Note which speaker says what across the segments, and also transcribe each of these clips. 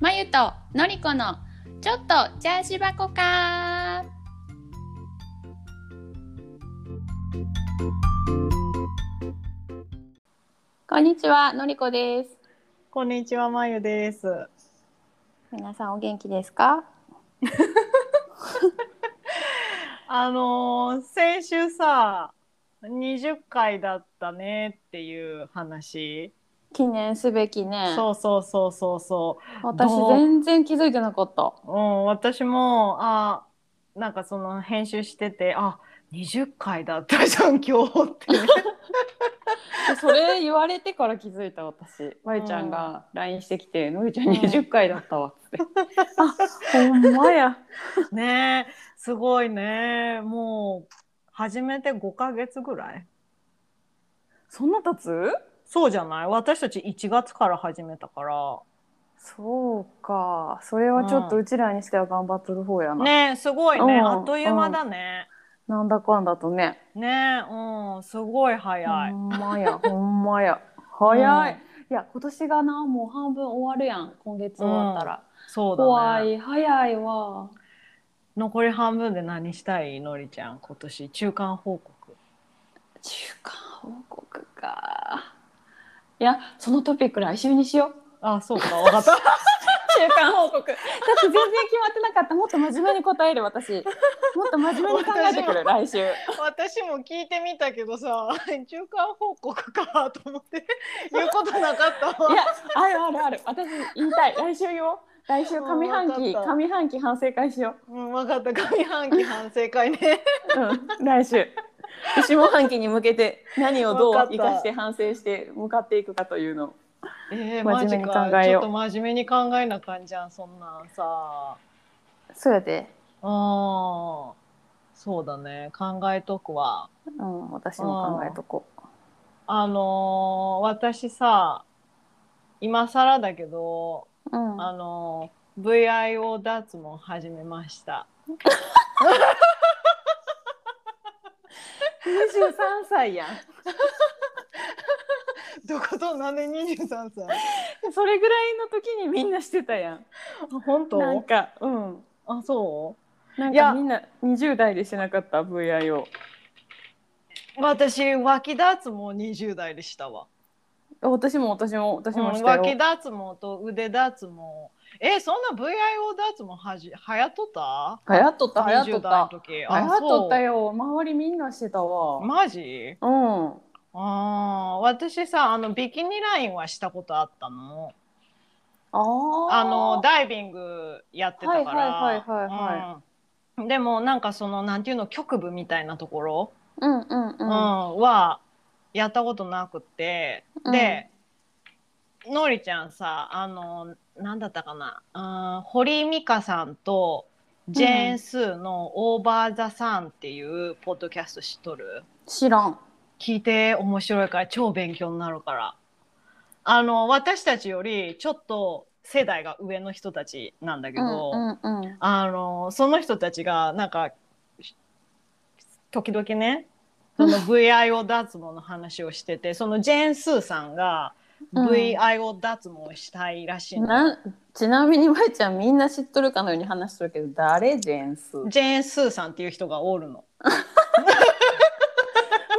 Speaker 1: まゆとのりこのちょっとチャージ箱かこんにちはのりこです
Speaker 2: こんにちは、まゆです。
Speaker 1: 皆さんお元気ですか
Speaker 2: あのー先週さ、20回だったねっていう話。
Speaker 1: 記念すべきね
Speaker 2: そうそうそうそうそ
Speaker 1: 私
Speaker 2: どう
Speaker 1: 全然気づいてなかった
Speaker 2: う。うん、私も、あ、なんかその編集してて、あ、20回だったじゃん、今日って。
Speaker 1: それ言われてから気づいた私まゆちゃんが LINE してきて「のりちゃん20回だったわ」って「あほんまや
Speaker 2: ねえすごいね。もう、始めて5ヶ月ぐらい。
Speaker 1: そんな経つ?
Speaker 2: そうじゃない私たち1月から始めたから。」
Speaker 1: そうかそれはちょっと
Speaker 2: うん
Speaker 1: うちらにしては頑張っとる方やな、
Speaker 2: ねえすごいね。
Speaker 1: うん
Speaker 2: あっという間だね。
Speaker 1: なんだかんだとね
Speaker 2: ねえ、うん、すごい早い。
Speaker 1: ほんま やほんまや早い、いや今年がなもう半分終わるやん今月終わったら、
Speaker 2: そうだ
Speaker 1: 怖
Speaker 2: ね。
Speaker 1: い早いわ
Speaker 2: 残り半分で何したいのりちゃん今年中間報告。
Speaker 1: 中間報告かいやそのトピック来週にしよう
Speaker 2: あ、そう か、わかった。
Speaker 1: 中間報告だって全然決まってなかったもっと真面目に答える私もっと真面目に考えて くる来週
Speaker 2: 私も聞いてみたけどさ、 中間報告かと思 って言うことなかった
Speaker 1: いやあるあるある私言いた い来週よ来週上半
Speaker 2: うん
Speaker 1: 期
Speaker 2: わかった
Speaker 1: 上半期反省会しよ
Speaker 2: うん、わかった。上半期反省会ね。
Speaker 1: う、うん、来週 下半期に向けて何をどう
Speaker 2: わかっ
Speaker 1: 生
Speaker 2: た
Speaker 1: かして反省して向かっていくかというのを
Speaker 2: え
Speaker 1: 真
Speaker 2: ー、マ
Speaker 1: 面
Speaker 2: ジ
Speaker 1: 目に
Speaker 2: か。
Speaker 1: 考え
Speaker 2: ち
Speaker 1: よ
Speaker 2: ょ
Speaker 1: う
Speaker 2: っと真面目に考えな感じじゃん、そんなんさ。
Speaker 1: そうやで、
Speaker 2: ああ、そうだね。考えとくわ。
Speaker 1: うん、私
Speaker 2: も考え
Speaker 1: とこ
Speaker 2: あのー私さ、今更だけど、
Speaker 1: う、うん
Speaker 2: あの VIO 脱毛始めました。
Speaker 1: 23歳やん
Speaker 2: どことなんで23歳？
Speaker 1: それぐらいの時にみんなしてたやん
Speaker 2: 本当？
Speaker 1: なんかうん
Speaker 2: あそ
Speaker 1: なん
Speaker 2: い
Speaker 1: か
Speaker 2: や
Speaker 1: みんな20代でしなかった VIO
Speaker 2: う？私脇脱毛20代でしたわ。
Speaker 1: 私も私も私も
Speaker 2: う
Speaker 1: し
Speaker 2: ん
Speaker 1: たよ、
Speaker 2: 脇脱毛と腕脱毛。えそんな VIO 脱毛はじ流行っとった？
Speaker 1: 流行っとった流行っとっ
Speaker 2: 20代の
Speaker 1: た
Speaker 2: 時。
Speaker 1: 流行っとった
Speaker 2: よ。
Speaker 1: よ周りみんなしてたわ、
Speaker 2: マジ？
Speaker 1: うん
Speaker 2: ああ私さあのビキニラインはしたことあったの。
Speaker 1: あー
Speaker 2: あのダイビングやってたから、
Speaker 1: はいはいはいはいは
Speaker 2: うんでもなんかそのなんていうの局部みたいなところ、
Speaker 1: うんうんう
Speaker 2: うんんはやったことなくって、
Speaker 1: うん
Speaker 2: でのりちゃんさあのなんだったかな、うん、堀美香さんとジェーン・スーの「オーバー・ザ・サン」っていうポッドキャスト知っとる、
Speaker 1: 知らん
Speaker 2: 聞いて面白いから超勉強になるからあの私たちよりちょっと世代が上の人たちなんだけど、
Speaker 1: うんうんうん
Speaker 2: あのその人たちがなんか時々ね その VIO 脱毛の話をしててそのジェーン・スーさんが
Speaker 1: うん
Speaker 2: VIO 脱毛したいらしいの、
Speaker 1: なちなみにまゆちゃんみんな知っとるかのように話しとるけど誰ジェーン スも
Speaker 2: ジェーン・スーさんっていう人がおるの。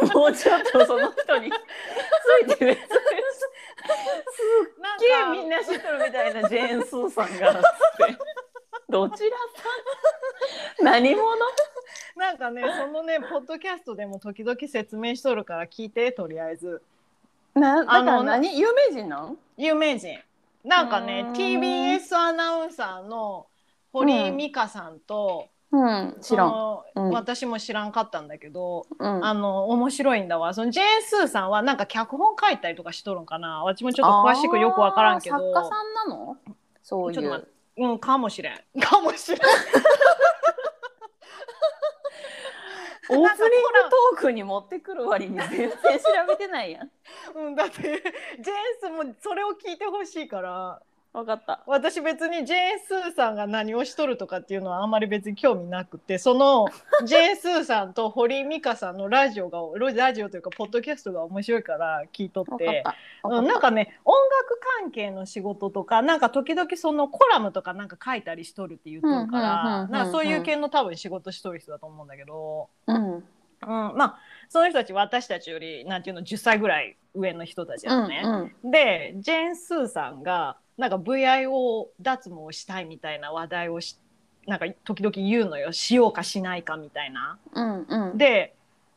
Speaker 1: うちょっとその人についてる
Speaker 2: なん
Speaker 1: すっげえみんな知っとるみたいなジェーン・スーさんがつってどちらさん何者
Speaker 2: な んかねそのねポッドキャストでも時々説明しとるから聞いてとりあえず。
Speaker 1: なだか
Speaker 2: あ
Speaker 1: ら
Speaker 2: の
Speaker 1: 何有名人なん
Speaker 2: 有名人なんかね
Speaker 1: うーん
Speaker 2: TBS アナウンサーの堀美香さんと、
Speaker 1: うん知
Speaker 2: そ
Speaker 1: らん、
Speaker 2: の
Speaker 1: うん
Speaker 2: 私も知らんかったんだけど、
Speaker 1: うん、
Speaker 2: あの面白いんだわそのジェーン・スーさんはなんか脚本書いたりとかしとるんかな私もちょっと詳しくよくわからんけど
Speaker 1: あー作家さんなのそうい
Speaker 2: ちょっと待
Speaker 1: う
Speaker 2: っうんかもしれんかもしれん
Speaker 1: オープニングトークに持ってくる割に全然調べてないやん
Speaker 2: うん、だってジェーンスーもそれを聞いてほしいから
Speaker 1: わかった。
Speaker 2: 私別にジェーン・スーさんが何をしとるとかっていうのはあんまり別に興味なくてそのジェーン・スーさんと堀井美香さんのラジオがラジオというかポッドキャストが面白いから聞いとっ
Speaker 1: わかってた。
Speaker 2: うん、なんかね音楽関係の仕事とかなんか時々そのコラムとかなんか書いたりしとるって言っとるか
Speaker 1: うんうんうんうん
Speaker 2: ら
Speaker 1: うん
Speaker 2: なんかそういう系の多分仕事しとる人だと思うんだけど、
Speaker 1: うん。
Speaker 2: うん、まあその人たち私たちよりなんていうの10歳ぐらい上の人たちだ
Speaker 1: う
Speaker 2: よ
Speaker 1: ん
Speaker 2: ね。
Speaker 1: うん。
Speaker 2: でジェーン・スーさんがなんか VIO 脱毛したいみたいな話題をしなんか時々言うのよしようかしないかみたいな。
Speaker 1: うんうん。
Speaker 2: で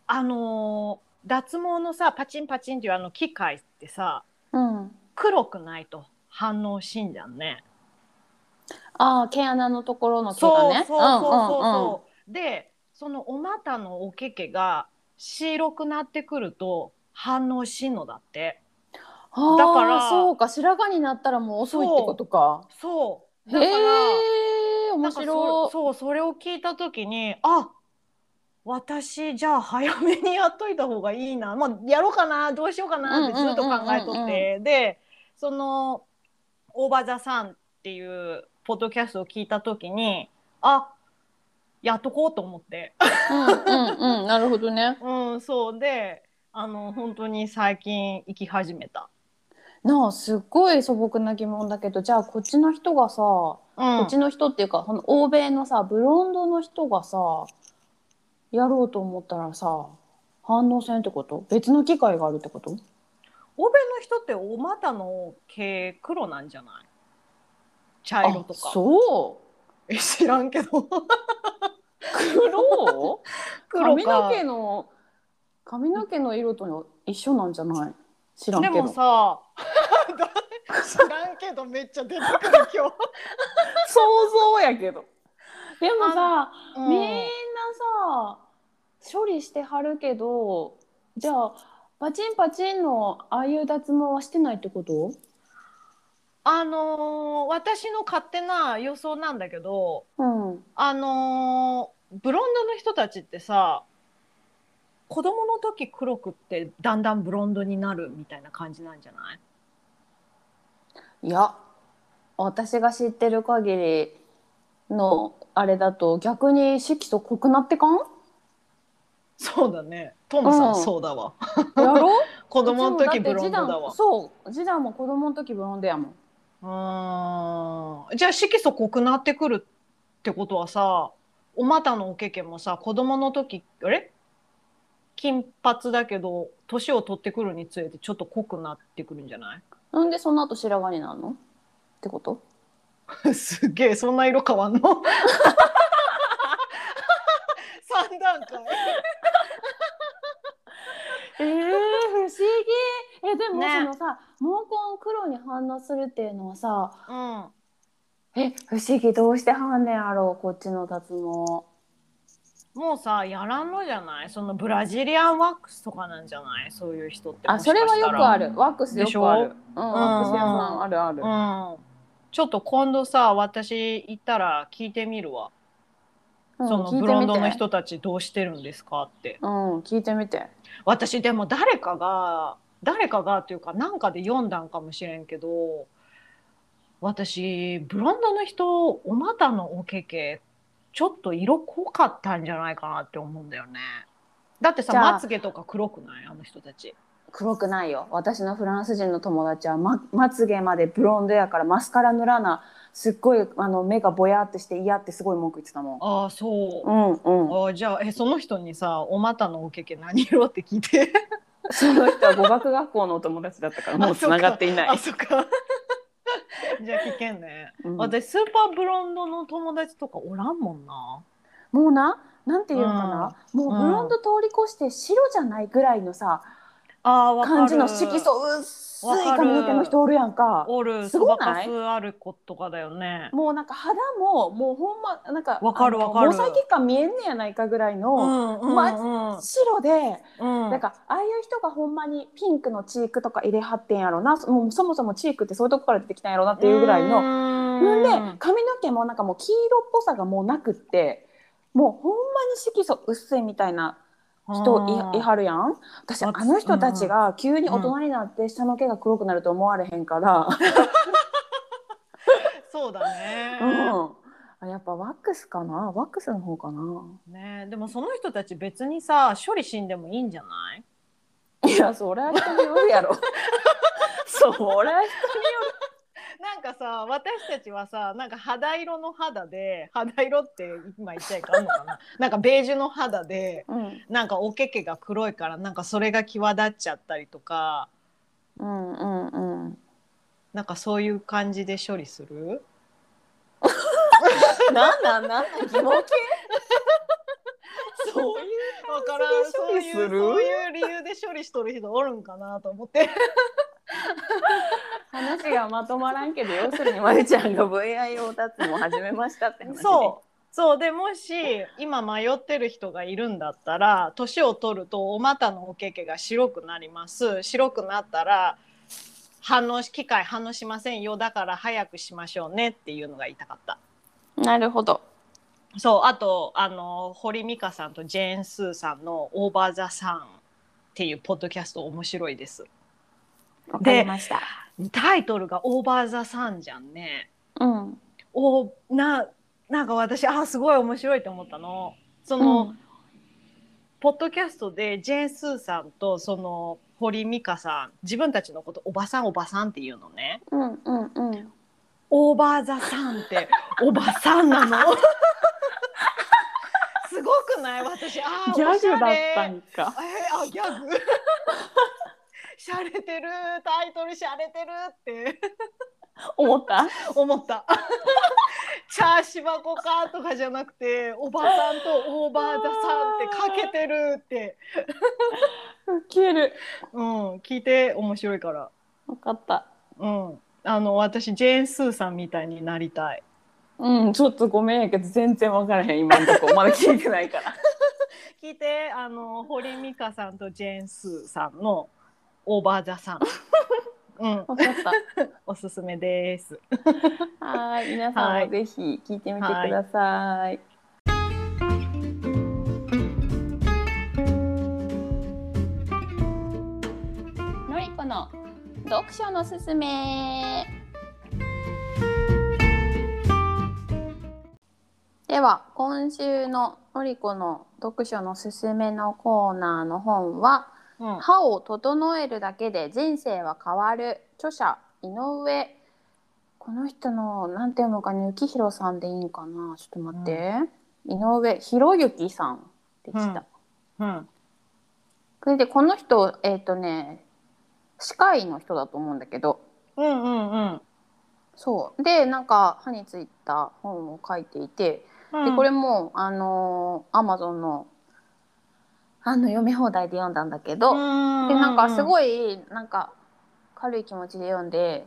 Speaker 2: あのー脱毛のさパチンパチンっていうあの機械ってさ
Speaker 1: うん。
Speaker 2: 黒くないと反応しんじゃんね。
Speaker 1: ああ、毛穴のところの毛
Speaker 2: そう
Speaker 1: が
Speaker 2: そう
Speaker 1: ね。
Speaker 2: そうそうそう。でそのお股のおけけが白くなってくると反応しんのだっ
Speaker 1: う
Speaker 2: て。
Speaker 1: んうんうん
Speaker 2: だか
Speaker 1: あ
Speaker 2: ら
Speaker 1: あ、そうか、白髪になったらもう遅いってことか。
Speaker 2: そう。
Speaker 1: へ
Speaker 2: だから、
Speaker 1: え、面白
Speaker 2: いそうそれを聞いた時にあ私じゃあ早めにやっといた方がいいな、まあ、やろうかなどうしようかなってずっと考えと
Speaker 1: うんうんうん
Speaker 2: っ
Speaker 1: うん
Speaker 2: てでその「オーバー・ザ・さん」っていうポッドキャストを聞いた時にあやっとこうと 思って、
Speaker 1: い。うんうんうん、なるほどね。
Speaker 2: うん、そうであの本当に最近行き始めた。
Speaker 1: なあ、すっごい素朴な疑問だけど、じゃあこっちの人がさ、こ
Speaker 2: うん
Speaker 1: っちの人っていうか、その欧米のさ、ブロンドの人がさ、やろうと思ったらさ、反応せんってこと別の機会があるってこと
Speaker 2: 欧米の人ってお股の毛黒なんじゃない茶色と
Speaker 1: あ
Speaker 2: か。
Speaker 1: そう。
Speaker 2: え知らんけど。
Speaker 1: 黒
Speaker 2: 黒
Speaker 1: 髪
Speaker 2: か
Speaker 1: の毛の髪の毛の色と一緒なんじゃない知らんけ
Speaker 2: で
Speaker 1: ど
Speaker 2: も さ知らんけどめっちゃ出てくる今
Speaker 1: 想像やけどでもさ、
Speaker 2: 日、
Speaker 1: みんなさ処理してはるけどじゃあパチンパチンのああいう脱毛はしてないってこと
Speaker 2: あのー私の勝手な予想なんだけど
Speaker 1: うんうん
Speaker 2: あのーブロンドの人たちってさ子供の時黒くってだんだんブロンドになるみたいな感じなんじゃない
Speaker 1: いや私が知ってる限りのあれだと逆に色素濃くなってかんや
Speaker 2: そうだねトムさん、
Speaker 1: うん
Speaker 2: そうだわ
Speaker 1: ろ
Speaker 2: 子供の時ブロンドだ
Speaker 1: う
Speaker 2: わ
Speaker 1: ちもって次男そう次男も子供の時ブロンドやもん
Speaker 2: うーんじゃあ色素濃くなってくるってことはさお股のおけけもさ子供の時あれ金髪だけど年を取ってくるにつれてちょっと濃くなってくるんじゃな
Speaker 1: なんでその後白髪になるのってこと
Speaker 2: い すげえそんな色変わんの 三段階
Speaker 1: ええ不思議えでも、
Speaker 2: ね
Speaker 1: そのさ毛根黒に反応するっていうのはさ
Speaker 2: うん
Speaker 1: え不思議どうしてはんねやろうこっちの脱毛
Speaker 2: もうさやらんのじゃないそのブラジリアンワックスとかなんじゃないそういう人って
Speaker 1: あそれはよくあるワックスよ
Speaker 2: でしょ
Speaker 1: くあるうん
Speaker 2: ん
Speaker 1: ワックス屋さんあるある、
Speaker 2: うんちょっと今度さ私行ったら聞いてみるわ
Speaker 1: うん
Speaker 2: そのブロンドの
Speaker 1: 聞いてみて
Speaker 2: 人たちどうしてるんですかって
Speaker 1: うん聞いてみて
Speaker 2: 私でも誰かが誰かがというかなんかで読んだんかもしれんけど私ブロンドの人お股のおけけちょっと色濃かったんじゃないかなって思うんだよねだってさ
Speaker 1: じゃあ
Speaker 2: まつげとか黒くないあの人たち
Speaker 1: 黒くないよ私のフランス人の友達はままつげまでブロンドやからマスカラ塗らなすっごいあの目がぼやってして嫌ってすごい文句言ってたもん
Speaker 2: ああそうう、
Speaker 1: んうん
Speaker 2: あーじゃあえその人にさお股のおけけ何色って聞いて
Speaker 1: その人は語学学校のお友達だったからもうつながっていな
Speaker 2: あ
Speaker 1: い。
Speaker 2: そっか じゃあ聞けんね
Speaker 1: うん
Speaker 2: 私スーパーブロンドの友達とかおらんもんな
Speaker 1: もうな、なんていうのかな、もうブロンド通り越して白じゃないぐらいのさ、
Speaker 2: あー
Speaker 1: 感じの色素薄い髪の毛の人おるやんか。
Speaker 2: おる
Speaker 1: す
Speaker 2: す
Speaker 1: ご
Speaker 2: ご
Speaker 1: な
Speaker 2: ないいスある子とかだよね
Speaker 1: もうなんか肌ももうほんまなんか
Speaker 2: わかる
Speaker 1: あの
Speaker 2: わかる
Speaker 1: 毛細血管見えんねやないかぐらいの
Speaker 2: ん
Speaker 1: んま
Speaker 2: うん
Speaker 1: 白で、
Speaker 2: うん
Speaker 1: なんかああいう人がほんまにピンクのチークとか入れはってんやろなそもうそもそもチークってそういうとこから出てきたんやろなっていうぐらいのなんで
Speaker 2: の
Speaker 1: 髪の毛もなんかもう黄色っぽさがもうなくってもうほんまに色素薄いみたいな人いいはるやん私あ
Speaker 2: あ
Speaker 1: の人たちが急に大人になって下の毛が黒くなると思われへんから、
Speaker 2: そうだね。
Speaker 1: うんあやっぱワックスかなワックスの方かな
Speaker 2: ねでもその人たち別にさ処理しんでもいいんじゃない
Speaker 1: いやそれは人によるやろ それは
Speaker 2: なんかさ私たちはさなんか肌色の肌で肌色って今言っちゃいかんのかななんかベージュの肌で
Speaker 1: うん
Speaker 2: なんかおけけが黒いからなんかそれが際立っちゃったりとか
Speaker 1: うんうんうん
Speaker 2: なんかそういう感じで処理する
Speaker 1: なんなんなんなん疑問系そういう
Speaker 2: わからん
Speaker 1: そ
Speaker 2: そう
Speaker 1: れ
Speaker 2: い
Speaker 1: で処理
Speaker 2: う
Speaker 1: する
Speaker 2: そういう理由で処理しとる人おるんかなと思って
Speaker 1: 話がまとまらんけど要するにまゆちゃんが VIO 脱毛を始めましたって話ね
Speaker 2: そうそうでもし今迷ってる人がいるんだったら年を取るとお股のおけけが白くなります白くなったら反応し機械反応しませんよだから早くしましょうねっていうのが言いたかった
Speaker 1: なるほど
Speaker 2: そうあとあの堀美香さんとジェーン・スーさんの「オーバー・ザ・サン」っていうポッドキャスト面白いです
Speaker 1: わかりました
Speaker 2: タイトルが「オーバー・ザ・サン」じゃんね
Speaker 1: うん
Speaker 2: おななんか私あすごい面白いと思ったの。その、
Speaker 1: うん
Speaker 2: ポッドキャストでジェーン・スーさんとその堀美香さん自分たちのことおばさんおばさんっていうのね。
Speaker 1: うんうんうん
Speaker 2: オーバー・ザ・さんって おばさんなの。 すごくない私あー
Speaker 1: ギャ
Speaker 2: おしゃ
Speaker 1: グだっ
Speaker 2: れ
Speaker 1: たんか
Speaker 2: えーあギャグ しゃれてるタイトルしゃれてるって。
Speaker 1: 思った
Speaker 2: 思った。チャーシバコかとかじゃなくて、おばさんとオーバーザさんってかけてるって。
Speaker 1: ウケる
Speaker 2: うん、聞いて面白いから。
Speaker 1: わかった
Speaker 2: うん、あの、私ジェーンスーさんみたいになりたい。
Speaker 1: うんちょっとごめんやけど全然わからへん今のとこまだ聞いてないから
Speaker 2: 聞いて、あの、堀美香さんとジェーンスーさんのオーバーザさん。うん、
Speaker 1: わかった
Speaker 2: おすすめです。
Speaker 1: はーい、皆さんもぜひ聞いてみてください。のりこの読書のすすめ。では、今週ののりこの読書のすすめのコーナーの本は。
Speaker 2: うん、
Speaker 1: 歯を整えるだけで人生は変わる著者井上この人のなんて読むかね幸宏さんでいいんかなちょっと待って、井上博之さんでした、
Speaker 2: うんうん、
Speaker 1: それでこの人えっ、とね歯科医の人だと思うんだけど
Speaker 2: うん、うん、
Speaker 1: そうでなんか歯についた本を書いていて
Speaker 2: うん。
Speaker 1: でこれもあのアマゾンのあの読み放題で読んだんだけど、
Speaker 2: うん、
Speaker 1: でなんかす
Speaker 2: い。
Speaker 1: ごいなんか軽い気持ちで読んで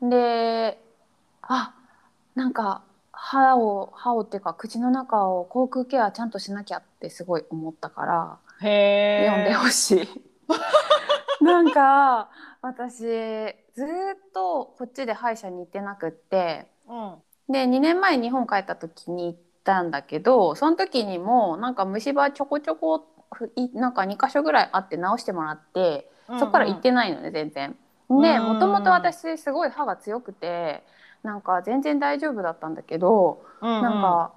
Speaker 1: であなんか歯を歯をっていうか口の中を口腔ケアちゃんとしなきゃってすごい思ったから
Speaker 2: へえ。
Speaker 1: 読んでほしい。 なんか私ずーっとこっちで歯医者に行ってなくって
Speaker 2: うん。
Speaker 1: で2年前日本帰った時に行ったんだけどその時にもなんか虫歯ちょこちょこふいなんか2箇所ぐらいあって直してもらって。そこから行ってないのね全然。で
Speaker 2: うん
Speaker 1: もともと私すごい歯が強くてなんか全然大丈夫だったんだけど、
Speaker 2: うん、うん
Speaker 1: なん、か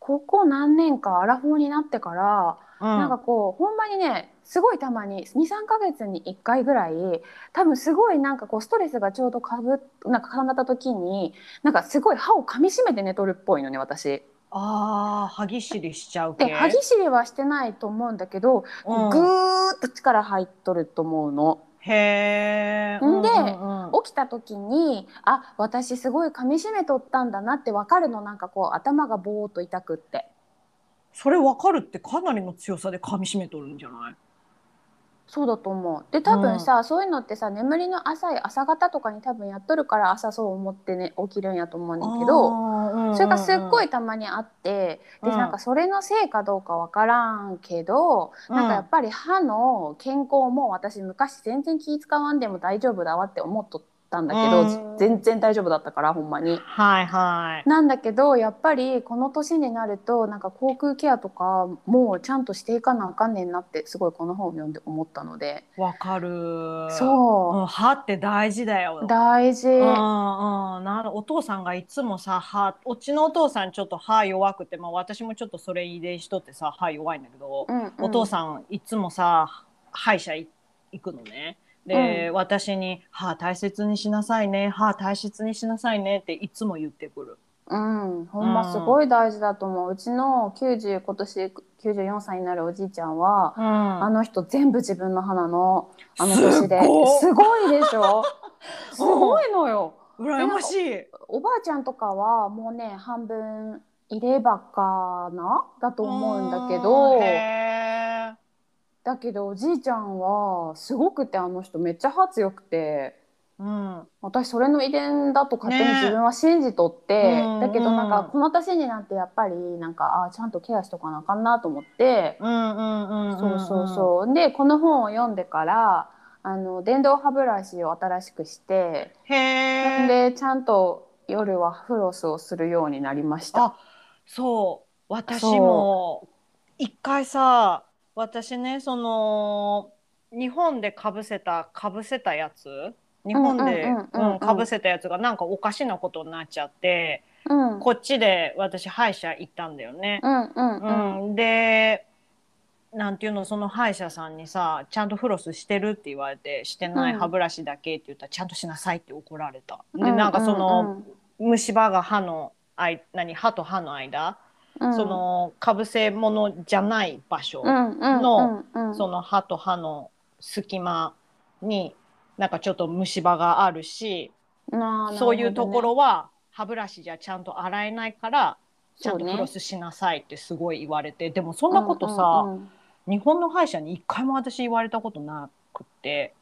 Speaker 1: ここ何年かアラフォーになってから、
Speaker 2: うん、
Speaker 1: なんかこうほんまにねすごいたまに23ヶ月に1回ぐらい多分すごいなんかこうストレスがちょうどかぶなんか重なった時になんかすごい歯を噛みしめて寝とるっぽいのね私。
Speaker 2: ああ、歯ぎしりしちゃう系。
Speaker 1: で歯ぎしりはしてないと思うんだけど、
Speaker 2: うん
Speaker 1: ぐーっと力入っとると思うの。
Speaker 2: へえ。
Speaker 1: んで
Speaker 2: うんうんうん
Speaker 1: 起きた時にあ私すごい噛みしめとったんだなって分かるのなんかこう頭がぼーっと痛くって
Speaker 2: それ分かるってかなりの強さで噛み締めとるんじゃない
Speaker 1: そうだと思うで多分さ、そういうのってさ眠りの浅い朝方とかに多分やっとるから朝そう思ってね起きるんやと思うねんだけど、
Speaker 2: ど
Speaker 1: それがすっご
Speaker 2: い、
Speaker 1: いたまにあって、
Speaker 2: うん
Speaker 1: でなんかそれのせいかどうか分からんけど、なんかやっぱり歯の健康も私昔全然気使わんでも大丈夫だわって思っとったたんだけど、
Speaker 2: うん
Speaker 1: 全然大丈夫だったからほんまに。
Speaker 2: はいはい。
Speaker 1: なんだけどやっぱりこの年になるとなんか口腔ケアとかもうちゃんとしていかなあかんねんなってすごいこの本を読んで思ったので、
Speaker 2: わかる。
Speaker 1: そう、
Speaker 2: ん。歯って大事だよ。
Speaker 1: 大事、
Speaker 2: うん
Speaker 1: う
Speaker 2: うん、なるお父さんがいつもさ歯うちのお父さんちょっと歯弱くて、まあ、私もちょっとそれ遺伝しとってさ歯弱いんだけど、
Speaker 1: んうん、
Speaker 2: お父さんいつもさ歯医者い行くのねで、私に「歯大切にしなさいね歯大切にしなさいね」っていつも言ってくる。
Speaker 1: うん、ほんますごい大事だと思う。うちの90今年94歳になるおじいちゃんは、
Speaker 2: うん、
Speaker 1: あの人全部自分の花のあの年です
Speaker 2: ごっ
Speaker 1: すごいでし ょすごいのよ。
Speaker 2: 羨ましい。
Speaker 1: おばあちゃんとかはもうね半分入れ歯かなだと思うんだけ
Speaker 2: う
Speaker 1: ど
Speaker 2: んへ
Speaker 1: だけどおじいちゃんはすごくてあの人めっちゃ歯強くて。
Speaker 2: ーうん
Speaker 1: 私それの遺伝だと勝手に
Speaker 2: ね
Speaker 1: 自分は信じとって、
Speaker 2: うん
Speaker 1: だけどなん
Speaker 2: うん
Speaker 1: かこの年になってやっぱりなんかあちゃんとケアしとかなあかんなと思って、
Speaker 2: うんうんうんうん
Speaker 1: そうそう
Speaker 2: う
Speaker 1: そうでこの本を読んでからあの電動歯ブラシを新しくして、
Speaker 2: ん。へえ。
Speaker 1: でちゃんと夜はフロスをするようになりました。
Speaker 2: あそう私も一回さ私ねその日本でかぶせたかぶせたやつ日本で
Speaker 1: うんうんうんうんうん
Speaker 2: うんかぶせたやつがなんかおかしなことになっちゃって
Speaker 1: うん、
Speaker 2: こっちで私歯医者行ったんだよね。
Speaker 1: うんうん
Speaker 2: う
Speaker 1: うん
Speaker 2: ん、でなんていうのその歯医者さんにさ「ちゃんとフロスしてる?」って言われて「してない
Speaker 1: うん
Speaker 2: 歯ブラシだけ」って言ったら「ちゃんとしなさい」って怒られた。
Speaker 1: う
Speaker 2: でなんかその
Speaker 1: ん
Speaker 2: 虫歯が歯のあい何歯と歯の間
Speaker 1: うんうん
Speaker 2: そのかぶせものじゃない場所、
Speaker 1: うんうん
Speaker 2: の
Speaker 1: うんうん
Speaker 2: その歯と歯の隙間になんかちょっと虫歯があるし
Speaker 1: なあ
Speaker 2: そういうとこ
Speaker 1: なる
Speaker 2: ろは歯ブラシじゃちゃんと洗えないからちゃ
Speaker 1: そ
Speaker 2: ん
Speaker 1: うね
Speaker 2: とフロスしなさいってすごい言われて、でもそ
Speaker 1: ほ
Speaker 2: ん
Speaker 1: どね
Speaker 2: なことさ、
Speaker 1: うんうんうん
Speaker 2: 日本の歯医者に一回も私言われたことなくて。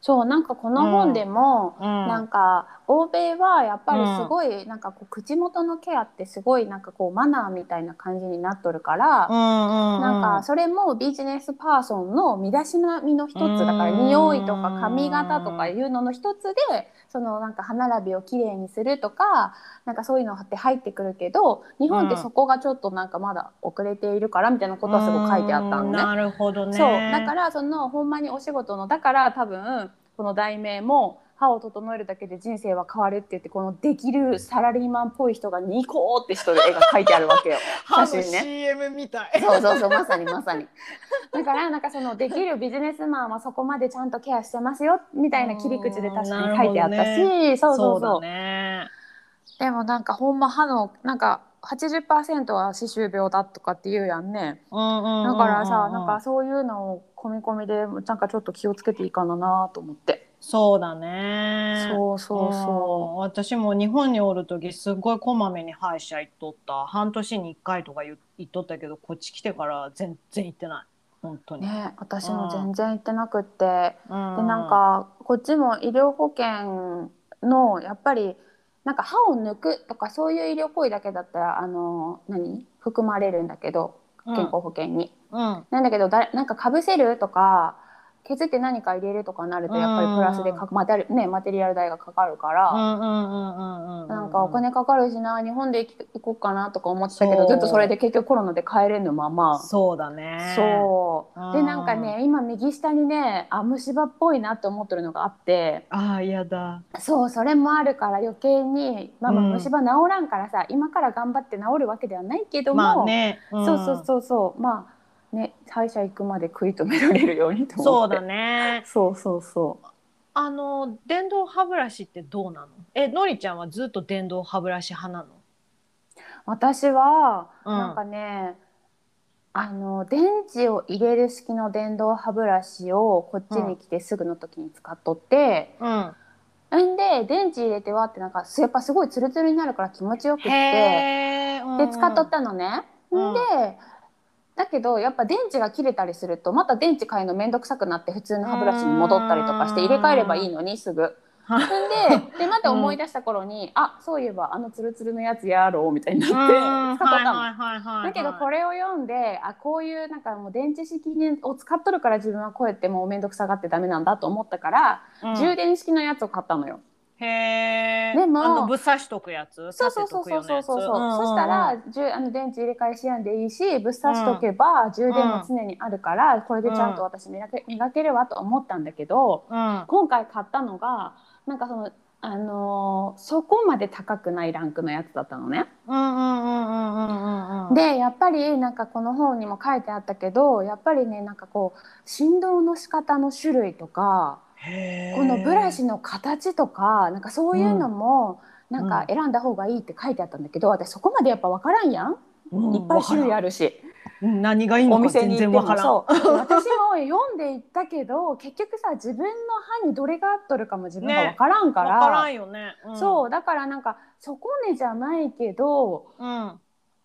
Speaker 1: そうなんかこの本でも、
Speaker 2: うん
Speaker 1: なんか欧米はやっぱりすごいなんかこう口元のケアってすごいなんかこうマナーみたいな感じになっとるから、なんかそれもビジネスパーソンの身だしなみの一つだから
Speaker 2: うん
Speaker 1: 匂いとか髪型とかいうのの一つでそのなんか歯並びをきれいにするとかなんかそういうのって入ってくるけど日本ってそこがちょっとなんかまだ遅れているからみたいなことはすごい書いてあったの
Speaker 2: うん
Speaker 1: ね。
Speaker 2: なるほどね。
Speaker 1: そうだからそのほんまにお仕事のだから多分この題名も「歯を整えるだけで人生は変わる」って言ってこのできるサラリーマンっぽい人がニコーってしとる絵が描いてあるわけよ
Speaker 2: 歯の
Speaker 1: 写真ね
Speaker 2: CM みた い。
Speaker 1: そうそうそうまさにまさにだからなんかそのできるビジネスマンはそこまでちゃんとケアしてますよみたいな切り口で確かに書いてあった
Speaker 2: うんなるほ
Speaker 1: し、そうそうそう
Speaker 2: だね。
Speaker 1: でもなんかほんま歯のなんか80%は歯周病だとかって言うやんね、だ
Speaker 2: だ
Speaker 1: からさ、なんかそういうのを込み込みで、なんかちょっと気をつけていいかななと思って。
Speaker 2: そうだね。
Speaker 1: そうそうそ
Speaker 2: うん私も日本におる時すごいこまめに歯医者行っとった半年に1回とか言行っとったけどこっち来てから全然行ってない本当
Speaker 1: う。
Speaker 2: に、
Speaker 1: ね、私も全然行ってなくって、
Speaker 2: う
Speaker 1: で、なんかこっちも医療保険のやっぱり。なんか歯を抜くとかそういう医療行為だけだったらあの何含まれるんだけど
Speaker 2: うん
Speaker 1: 健康保険に、
Speaker 2: うん
Speaker 1: なんだけどだなんかかぶせるとか削って何か入れるとかなるとやっぱりプラスでかマテリね、マテリアル代がかかるから、
Speaker 2: うんうんうんうんうん
Speaker 1: なんかお金かかるしな日本で行き行こうかなとか思ってたけど
Speaker 2: そ
Speaker 1: ず
Speaker 2: う
Speaker 1: っとそれで結局コロナで帰れぬまま
Speaker 2: そうだね
Speaker 1: そう
Speaker 2: うん
Speaker 1: でなんかね今右下にねあ虫歯っぽいなって思ってるのがあって
Speaker 2: ああ嫌だ
Speaker 1: そうそれもあるから余計にまあまあ
Speaker 2: うん
Speaker 1: 虫歯治らんからさ、今から頑張って治るわけではないけども、
Speaker 2: まあね、うん
Speaker 1: そうそうそうそうまあね歯医者行くまで食い止められるようにと
Speaker 2: そ
Speaker 1: 思
Speaker 2: う
Speaker 1: って
Speaker 2: だね
Speaker 1: そうそうそう
Speaker 2: あの電動歯ブラシってどうなのえのりちゃんはずっと電動歯ブラシ派なの
Speaker 1: 私は、
Speaker 2: うん
Speaker 1: なんかねあの電池を入れる式の電動歯ブラシをこっちに来てすぐの時に使っとって、
Speaker 2: うん
Speaker 1: んで電池入れてはってなんかやっぱすごいツルツルになるから気持ちよくって
Speaker 2: へーうんうん
Speaker 1: で使っとったのね。
Speaker 2: うん
Speaker 1: んでだけどやっぱ電池が切れたりするとまた電池変えるの面倒くさくなって普通の歯ブラシに戻ったりとかして
Speaker 2: うん
Speaker 1: 入れ替えればいいのにすぐ。
Speaker 2: は
Speaker 1: んででまた思い出した頃に、あそういえばあのツルツルのやつやろうみたいになって使っとったの。だけどこ
Speaker 2: れ
Speaker 1: れを読んであこういうなんかもう電池式を使っとるから自分はこうやってもう面倒くさがってダメなんだと思ったから、充電式のやつを買ったのよ。
Speaker 2: へえ。
Speaker 1: でも
Speaker 2: あのぶっ刺しとくやつ。
Speaker 1: そうそうそうそうそうそうそう、そしたらじゅあの電池入れ替えしやんでいいしぶっ刺しとけば、充電も常にあるから、これでちゃんと私磨け磨けるわと思ったんだけど、
Speaker 2: ら、
Speaker 1: 今回買ったのがなんかその、あのーそこまで高くないランクのやつだったのね。
Speaker 2: うん、うんうんうんうんうんうん。、
Speaker 1: でやっぱりなんかこの本にも書いてあったけどやっぱりねなんかこう振動の仕方の種類とかこのブラシの形とかなんかそういうのも、なんか選んだ方がいいって書いてあったんだけど私そこまでやっぱ分からんやん、
Speaker 2: うん
Speaker 1: いっぱい種類あ
Speaker 2: る。
Speaker 1: るし
Speaker 2: うん何がいい
Speaker 1: お
Speaker 2: のか
Speaker 1: 店
Speaker 2: 全
Speaker 1: に行
Speaker 2: 然
Speaker 1: って
Speaker 2: わか
Speaker 1: も
Speaker 2: らん。
Speaker 1: そう私も読んでいったけど結局さ自分の歯にどれが合っとるかも自分が分からんか
Speaker 2: わから
Speaker 1: ら、
Speaker 2: んよね。うん
Speaker 1: そうだからなんかそこねじゃないけど
Speaker 2: うん。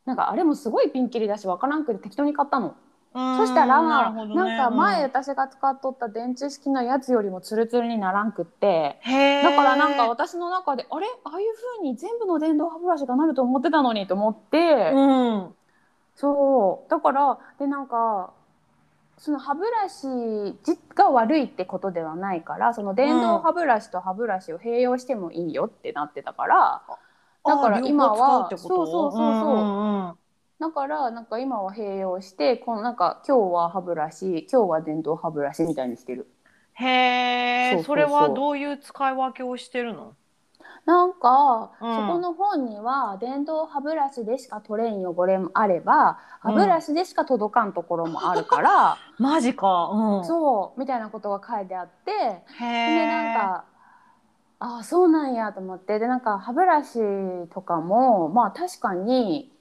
Speaker 1: なんかあれもすごいピンキリだし分からんくて適当に買ったの。
Speaker 2: そ
Speaker 1: そしたらな,、
Speaker 2: るほどね
Speaker 1: んか前
Speaker 2: うん
Speaker 1: 私が使っとった電池式のやつよりもツルツルにならんくって、
Speaker 2: へー
Speaker 1: だからなんか私の中であれああいう風に全部の電動歯ブラシがなると思ってたのにと思って、
Speaker 2: うん
Speaker 1: そうだからでなんかその歯ブラシが悪いってことではないからその電動歯ブラシと歯ブラシを併用してもいいよってなってたから、だから今は
Speaker 2: あ両方使うってこと
Speaker 1: そうそうそうそうん
Speaker 2: ん
Speaker 1: だからなんか今は併用してこのなんか今日は歯ブラシ今日は電動歯ブラシみたいにしてる。
Speaker 2: うんへ
Speaker 1: そうそうそ
Speaker 2: え
Speaker 1: う
Speaker 2: それはどういう使い分けをしてるの
Speaker 1: なんか、
Speaker 2: うん
Speaker 1: そこの本には電動歯ブラシでしか取れん汚れもあれば歯ブラシでしか届かんところもあるから、
Speaker 2: マジか うん
Speaker 1: そうみたいなことが書いてあって
Speaker 2: へ
Speaker 1: でな
Speaker 2: え
Speaker 1: んかああそうなんやと思ってでなんか歯ブラシとかもまあ確かに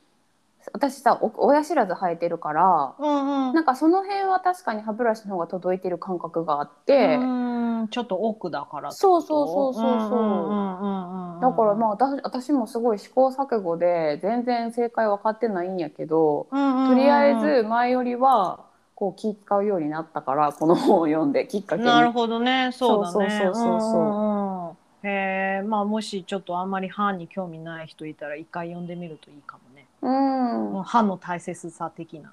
Speaker 1: 私さお親知らず生えてるから。
Speaker 2: うんうん
Speaker 1: なんかその辺は確かに歯ブラシの方が届いてる感覚があって、
Speaker 2: うんちょっと奥だからって
Speaker 1: そう
Speaker 2: こと
Speaker 1: そうそうそうそう,、
Speaker 2: んうんうんうんうん
Speaker 1: だからまあ私私もすごい試行錯誤で全然正解分かってないんやけど、
Speaker 2: うんうんうん
Speaker 1: とりあえず前よりはこう気使うようになったからこの本を読んできっかけに
Speaker 2: なるほどねそうだね
Speaker 1: そうそうそうそうん
Speaker 2: んうんへえまあもしちょっとあんまり歯に興味ない人いたら一回読んでみるといいかもね
Speaker 1: うん
Speaker 2: もう歯の大切さ的な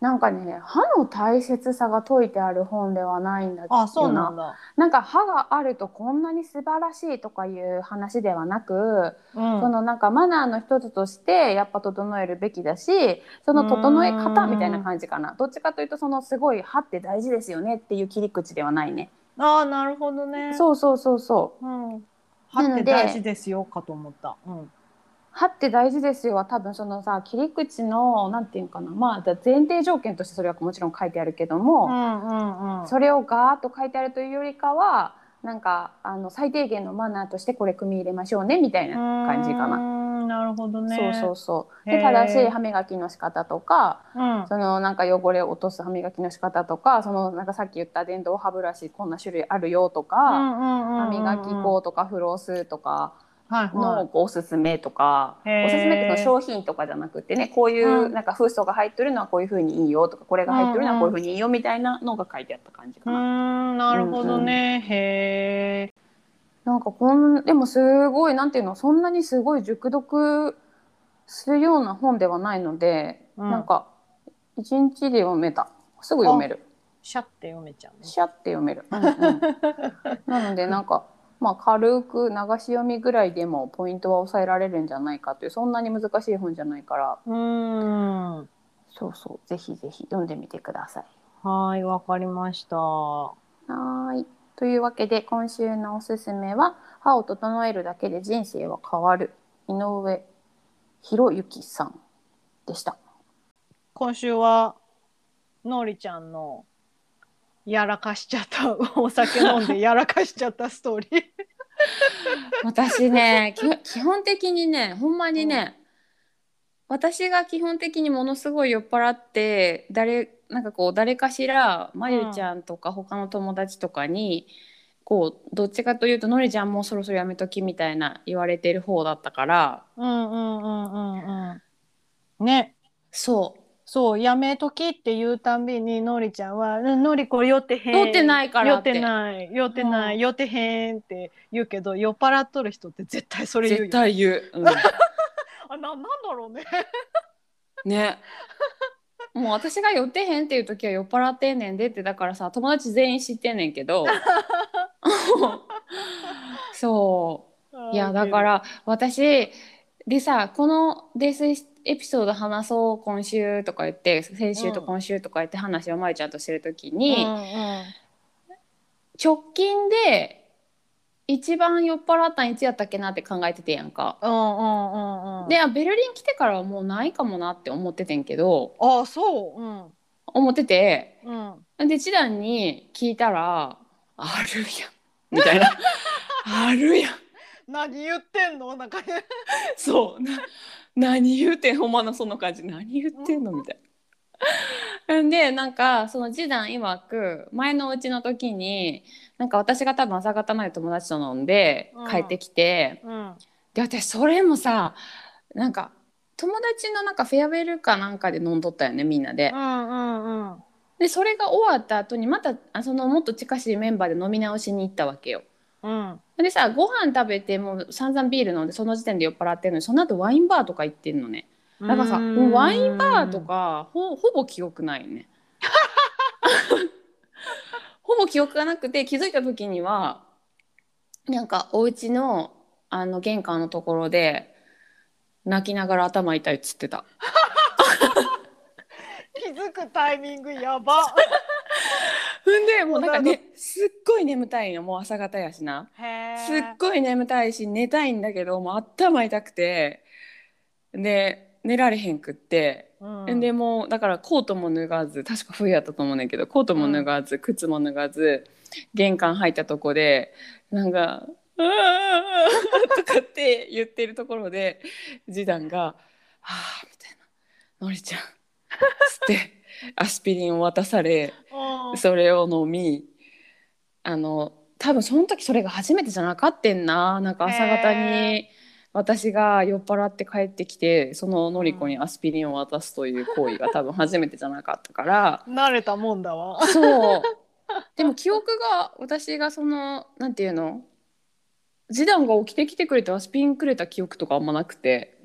Speaker 1: なんかね歯の大切さが解いてある本ではないんだけど
Speaker 2: あそうなんだ
Speaker 1: なんか歯があるとこんなに素晴らしいとかいう話ではなく
Speaker 2: うん
Speaker 1: そのなんかマナーの一つとしてやっぱ整えるべきだしその整え方みたいな感じかなどっちかというとそのすごい歯って大事ですよねっていう切り口ではないね
Speaker 2: ああなるほどね。う。
Speaker 1: そうそうそうそう
Speaker 2: うん。歯って大事ですよかと思った。うん。
Speaker 1: 歯って大事ですよは多分そのさ切り口のなんていうのかなまあだ前提条件としてそれはもちろん書いてあるけど
Speaker 2: う
Speaker 1: も、
Speaker 2: んうんうん。
Speaker 1: それをガーッと書いてあるというよりかはなんかあの最低限のマナーとしてこれ組み入れましょうねみたいな感じかな。
Speaker 2: な。なるほどね。
Speaker 1: そうそうそうで
Speaker 2: へー
Speaker 1: 正しい歯磨きの仕方とか
Speaker 2: う。うん。
Speaker 1: そのなんか汚れを落とす歯磨きの仕方とかそのなんかさっき言った電動歯ブラシこんな種類あるよとか、
Speaker 2: 歯
Speaker 1: 歯磨き粉とかフロスとか
Speaker 2: うん。はいは
Speaker 1: のおすすめとか、
Speaker 2: へー
Speaker 1: おすすめってその商品とかじゃなくてねこういううんなんかフッ素が入ってるのはこういうふうにいいよとかこれが入ってるのはこういうふうにいいよみたいなのが書いてあった感じ
Speaker 2: い。う
Speaker 1: かな。
Speaker 2: ーんなるほどね。へえ。
Speaker 1: なんかこんでもすごいなんていうのそんなにすごい熟読するような本ではないので、
Speaker 2: うん
Speaker 1: なんか一日で読めたすぐ読める。
Speaker 2: シャって読めちゃうね。
Speaker 1: シャって読める。 なのでなんか、まあ、軽く流し読みぐらいでもポイントは抑えられるんじゃないかというそんなに難しい本じゃないから
Speaker 2: うーん。
Speaker 1: そうそうぜひぜひ読んでみてください。
Speaker 2: はいわかりました。は
Speaker 1: はーいというわけで今週のおすすめは「歯を整えるだけで人生は変わる」井上博之さんでした。
Speaker 2: 今週はのりちゃんのやらかしちゃったお酒飲んでやらかしちゃったストーリー。
Speaker 1: 私ねき基本的にねほんまにね、私が基本的にものすごい酔っ払って誰なんかこう誰かしらまゆちゃんとか他の友達とかに、こうどっちかというとのりちゃんもうそろそろやめときみたいな言われてる方だったから
Speaker 2: うんうんうんうんうん。ね、
Speaker 1: そ
Speaker 2: そう、やめときって言うたんびに、のりちゃんは、うんのりこ酔ってへん。
Speaker 1: 酔ってないからって
Speaker 2: 酔ってない、酔ってない、
Speaker 1: うん
Speaker 2: 酔ってへんって言うけど、酔っ払っとる人って絶対そうれ言う
Speaker 1: 絶
Speaker 2: よ。
Speaker 1: 対言う、うん
Speaker 2: あ、な、なんだろ うね。
Speaker 1: ねもう私が酔ってへんっていう時は酔っ払ってんねんでって だからさ友達全員知ってんねんけどそうやだから私でさこの「This エピソード話そう今週」とか言って先週と今週とか言って話をまいちゃんとしてる時に、
Speaker 2: うんうん
Speaker 1: 直近で一番酔っ払ったんいつやったっけなって考えててやんか。
Speaker 2: うんうんうんうん
Speaker 1: であベルリン来てからはもうないかもなって思っててんけど
Speaker 2: ああそううん
Speaker 1: 思ってて
Speaker 2: うん
Speaker 1: で次男に聞いたら「あるやん」みたいな「あるやん」
Speaker 2: 何言ってんのなんかね
Speaker 1: そうな何言うてんほんまのその感じ何言ってんのみたいな。んでなんかその次男曰く前のうちの時になんか私が多分朝方まで友達と飲んで
Speaker 2: うん
Speaker 1: 帰ってきて、
Speaker 2: うん
Speaker 1: で私それもさなんか友達のなんかフェアウェルかなんかで飲んどったよねみんなで。
Speaker 2: うんうんうん
Speaker 1: でそれが終わった後にまたあそのもっと近しいメンバーで飲み直しに行ったわけよ。
Speaker 2: うん
Speaker 1: でさご飯食べてもう散々ビール飲んでその時点で酔っ払ってるのにその後ワインバーとか行ってんのね。なんかさ、もうワインバーとかほほぼ記憶ないよね。 ほぼ記憶がなくて気づいた時にはなんかお家のあの玄関のところで泣きながら頭痛いっつってた。
Speaker 2: 気づくタイミング やば
Speaker 1: ほんでもうなんか
Speaker 2: もうな
Speaker 1: ねすっごい眠たいのもう朝方やしな。
Speaker 2: へえ
Speaker 1: すっごい眠たいし寝たいんだけどもう頭痛くてで寝られへんくって。
Speaker 2: うん
Speaker 1: でもうだからコートも脱がず確か冬やったと思うねんだけどコートも脱がず、靴も脱がず玄関入ったとこでなんか「うわー」と かって言ってるところで次男が「はあ」みたいな「のりちゃん」つってアスピリンを渡され
Speaker 2: うん
Speaker 1: それを飲みあの多分その時それが初めてじゃなかってんななんか朝方に
Speaker 2: へ
Speaker 1: 私が酔っ払って帰ってきてそののりこにアスピリンを渡すという行為が多分初めてじゃなかったから
Speaker 2: 慣れたもんだわ
Speaker 1: そう でも記憶が私がそのなんていうの次男が起きてきてくれてアスピリンくれた記憶とかあんまなくて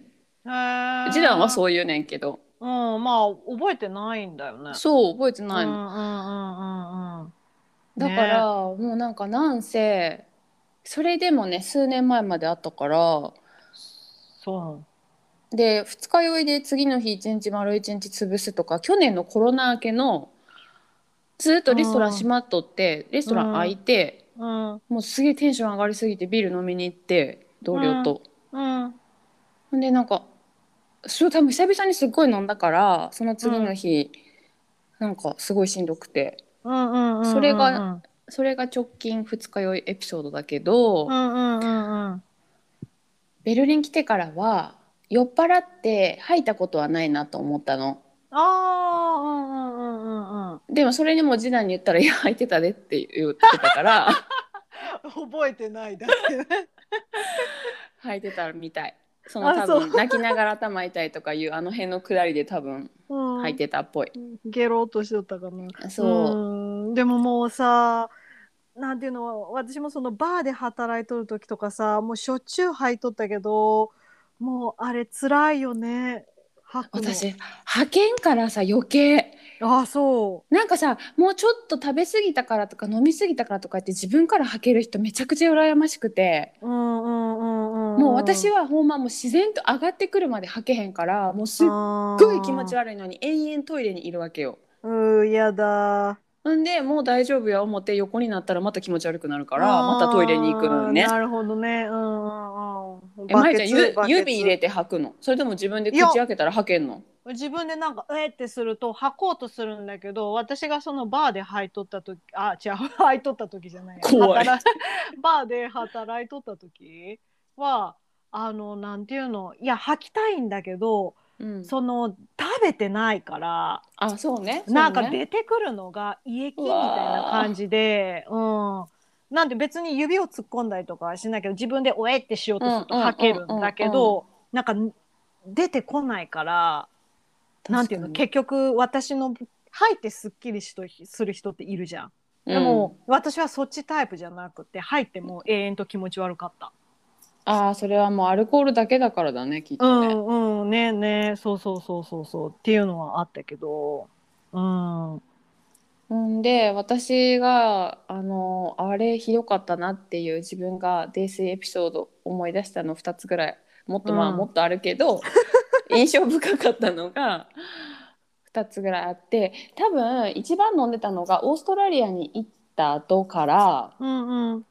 Speaker 1: 次
Speaker 2: 次
Speaker 1: 男は
Speaker 2: う
Speaker 1: そう言うねんけど
Speaker 2: うんまあ覚えてないんだよね
Speaker 1: そう覚えてないの。
Speaker 2: うんうんうんうんうん
Speaker 1: だから、もうなんかなんせそれでもね数年前まであったから
Speaker 2: そう
Speaker 1: で二日酔いで次の日一日丸一日潰すとか去年のコロナ明けのずっとレストラン閉まっとってレストラン開いて、
Speaker 2: うんうん
Speaker 1: もうすげえテンション上がりすぎてビール飲みに行って同僚と。
Speaker 2: うん
Speaker 1: ほんでなんかそれ多分久々にすっごい飲んだからその次の日、なんかすごいしんどくて
Speaker 2: うんうんうん
Speaker 1: それがそれが直近二日酔いエピソードだけど。
Speaker 2: うんうんうんうん
Speaker 1: ベルリン来てからは酔っ払って吐いたことはないなと思ったの
Speaker 2: ああうんうんうんうんうん
Speaker 1: でもそれにも次男に言ったら「いや吐いてたで」って言ってたから
Speaker 2: 覚えてないだけね
Speaker 1: 吐いてたみたいその
Speaker 2: あ
Speaker 1: 多
Speaker 2: そう
Speaker 1: 分泣きながら頭痛いとかいうあの辺のくだりで多分
Speaker 2: うん
Speaker 1: 吐いてたっぽい、
Speaker 2: ゲロっとしとったかな
Speaker 1: そう
Speaker 2: うんでももうさなんていうの私もそのバーで働いとる時とかさもうしょっちゅう履いとったけどもうあれ辛いよね履くの
Speaker 1: 私吐けんからさ余計
Speaker 2: あそ
Speaker 1: なんかさもうちょっと食べ過ぎたからとか飲み過ぎたからとかって自分から吐ける人めちゃくちゃ羨ましくて。
Speaker 2: ううんうんうんうん
Speaker 1: もう私
Speaker 2: は
Speaker 1: はほんまもう自然と上がってくるまで吐けへんからもうす
Speaker 2: す
Speaker 1: っ
Speaker 2: っ
Speaker 1: すっごい気持ち悪いのに延々トイレにいるわけよ。
Speaker 2: うーやだ
Speaker 1: んでもう大丈夫や思って横になったらまた気持ち悪くなるからまたトイレに行くのね
Speaker 2: あー。なるほどねうんうんうん
Speaker 1: えまゆちゃんゆ
Speaker 2: バケツ
Speaker 1: 指入れて吐くのそれとも自分で
Speaker 2: いや
Speaker 1: 口開けたら吐けんの
Speaker 2: 自分でなんか「えっ?」ってすると履こうとするんだけど私がそのバーで履いとった時あ違う 履いとった時じゃないや
Speaker 1: 怖い
Speaker 2: 働い バーで働いとった時はあのなんていうのいや履きたいんだけど
Speaker 1: うん
Speaker 2: その食べてないから、
Speaker 1: あそうね
Speaker 2: なんか
Speaker 1: そうね
Speaker 2: 出てくるのが胃液みたいな感じでうん。なんで別に指を突っ込んだりとかはしないけど自分で「おえ」ってしようとすると
Speaker 1: うんうんうん
Speaker 2: 履けるんだけどなんか出てこないからなんていうの
Speaker 1: 確かに
Speaker 2: 結局私の吐いてすっきりしとする人っているじゃん。でも、私はそっちタイプじゃなくて吐いてもう永遠と気持ち悪かった。
Speaker 1: うんあーそれはもうアルコールだけだからだねきっ
Speaker 2: う
Speaker 1: とね、
Speaker 2: んうんねねそうそうそうそうそうっていうのはあったけどうん
Speaker 1: うんで私があのあれひどかったなっていう自分が泥酔エピソード思い出したの2つぐらいもっとまあ、
Speaker 2: うん
Speaker 1: もっとあるけ ど印象深かったのが2つぐらいあって多分一番飲んでたのがオーストラリアに行った後から
Speaker 2: うんうん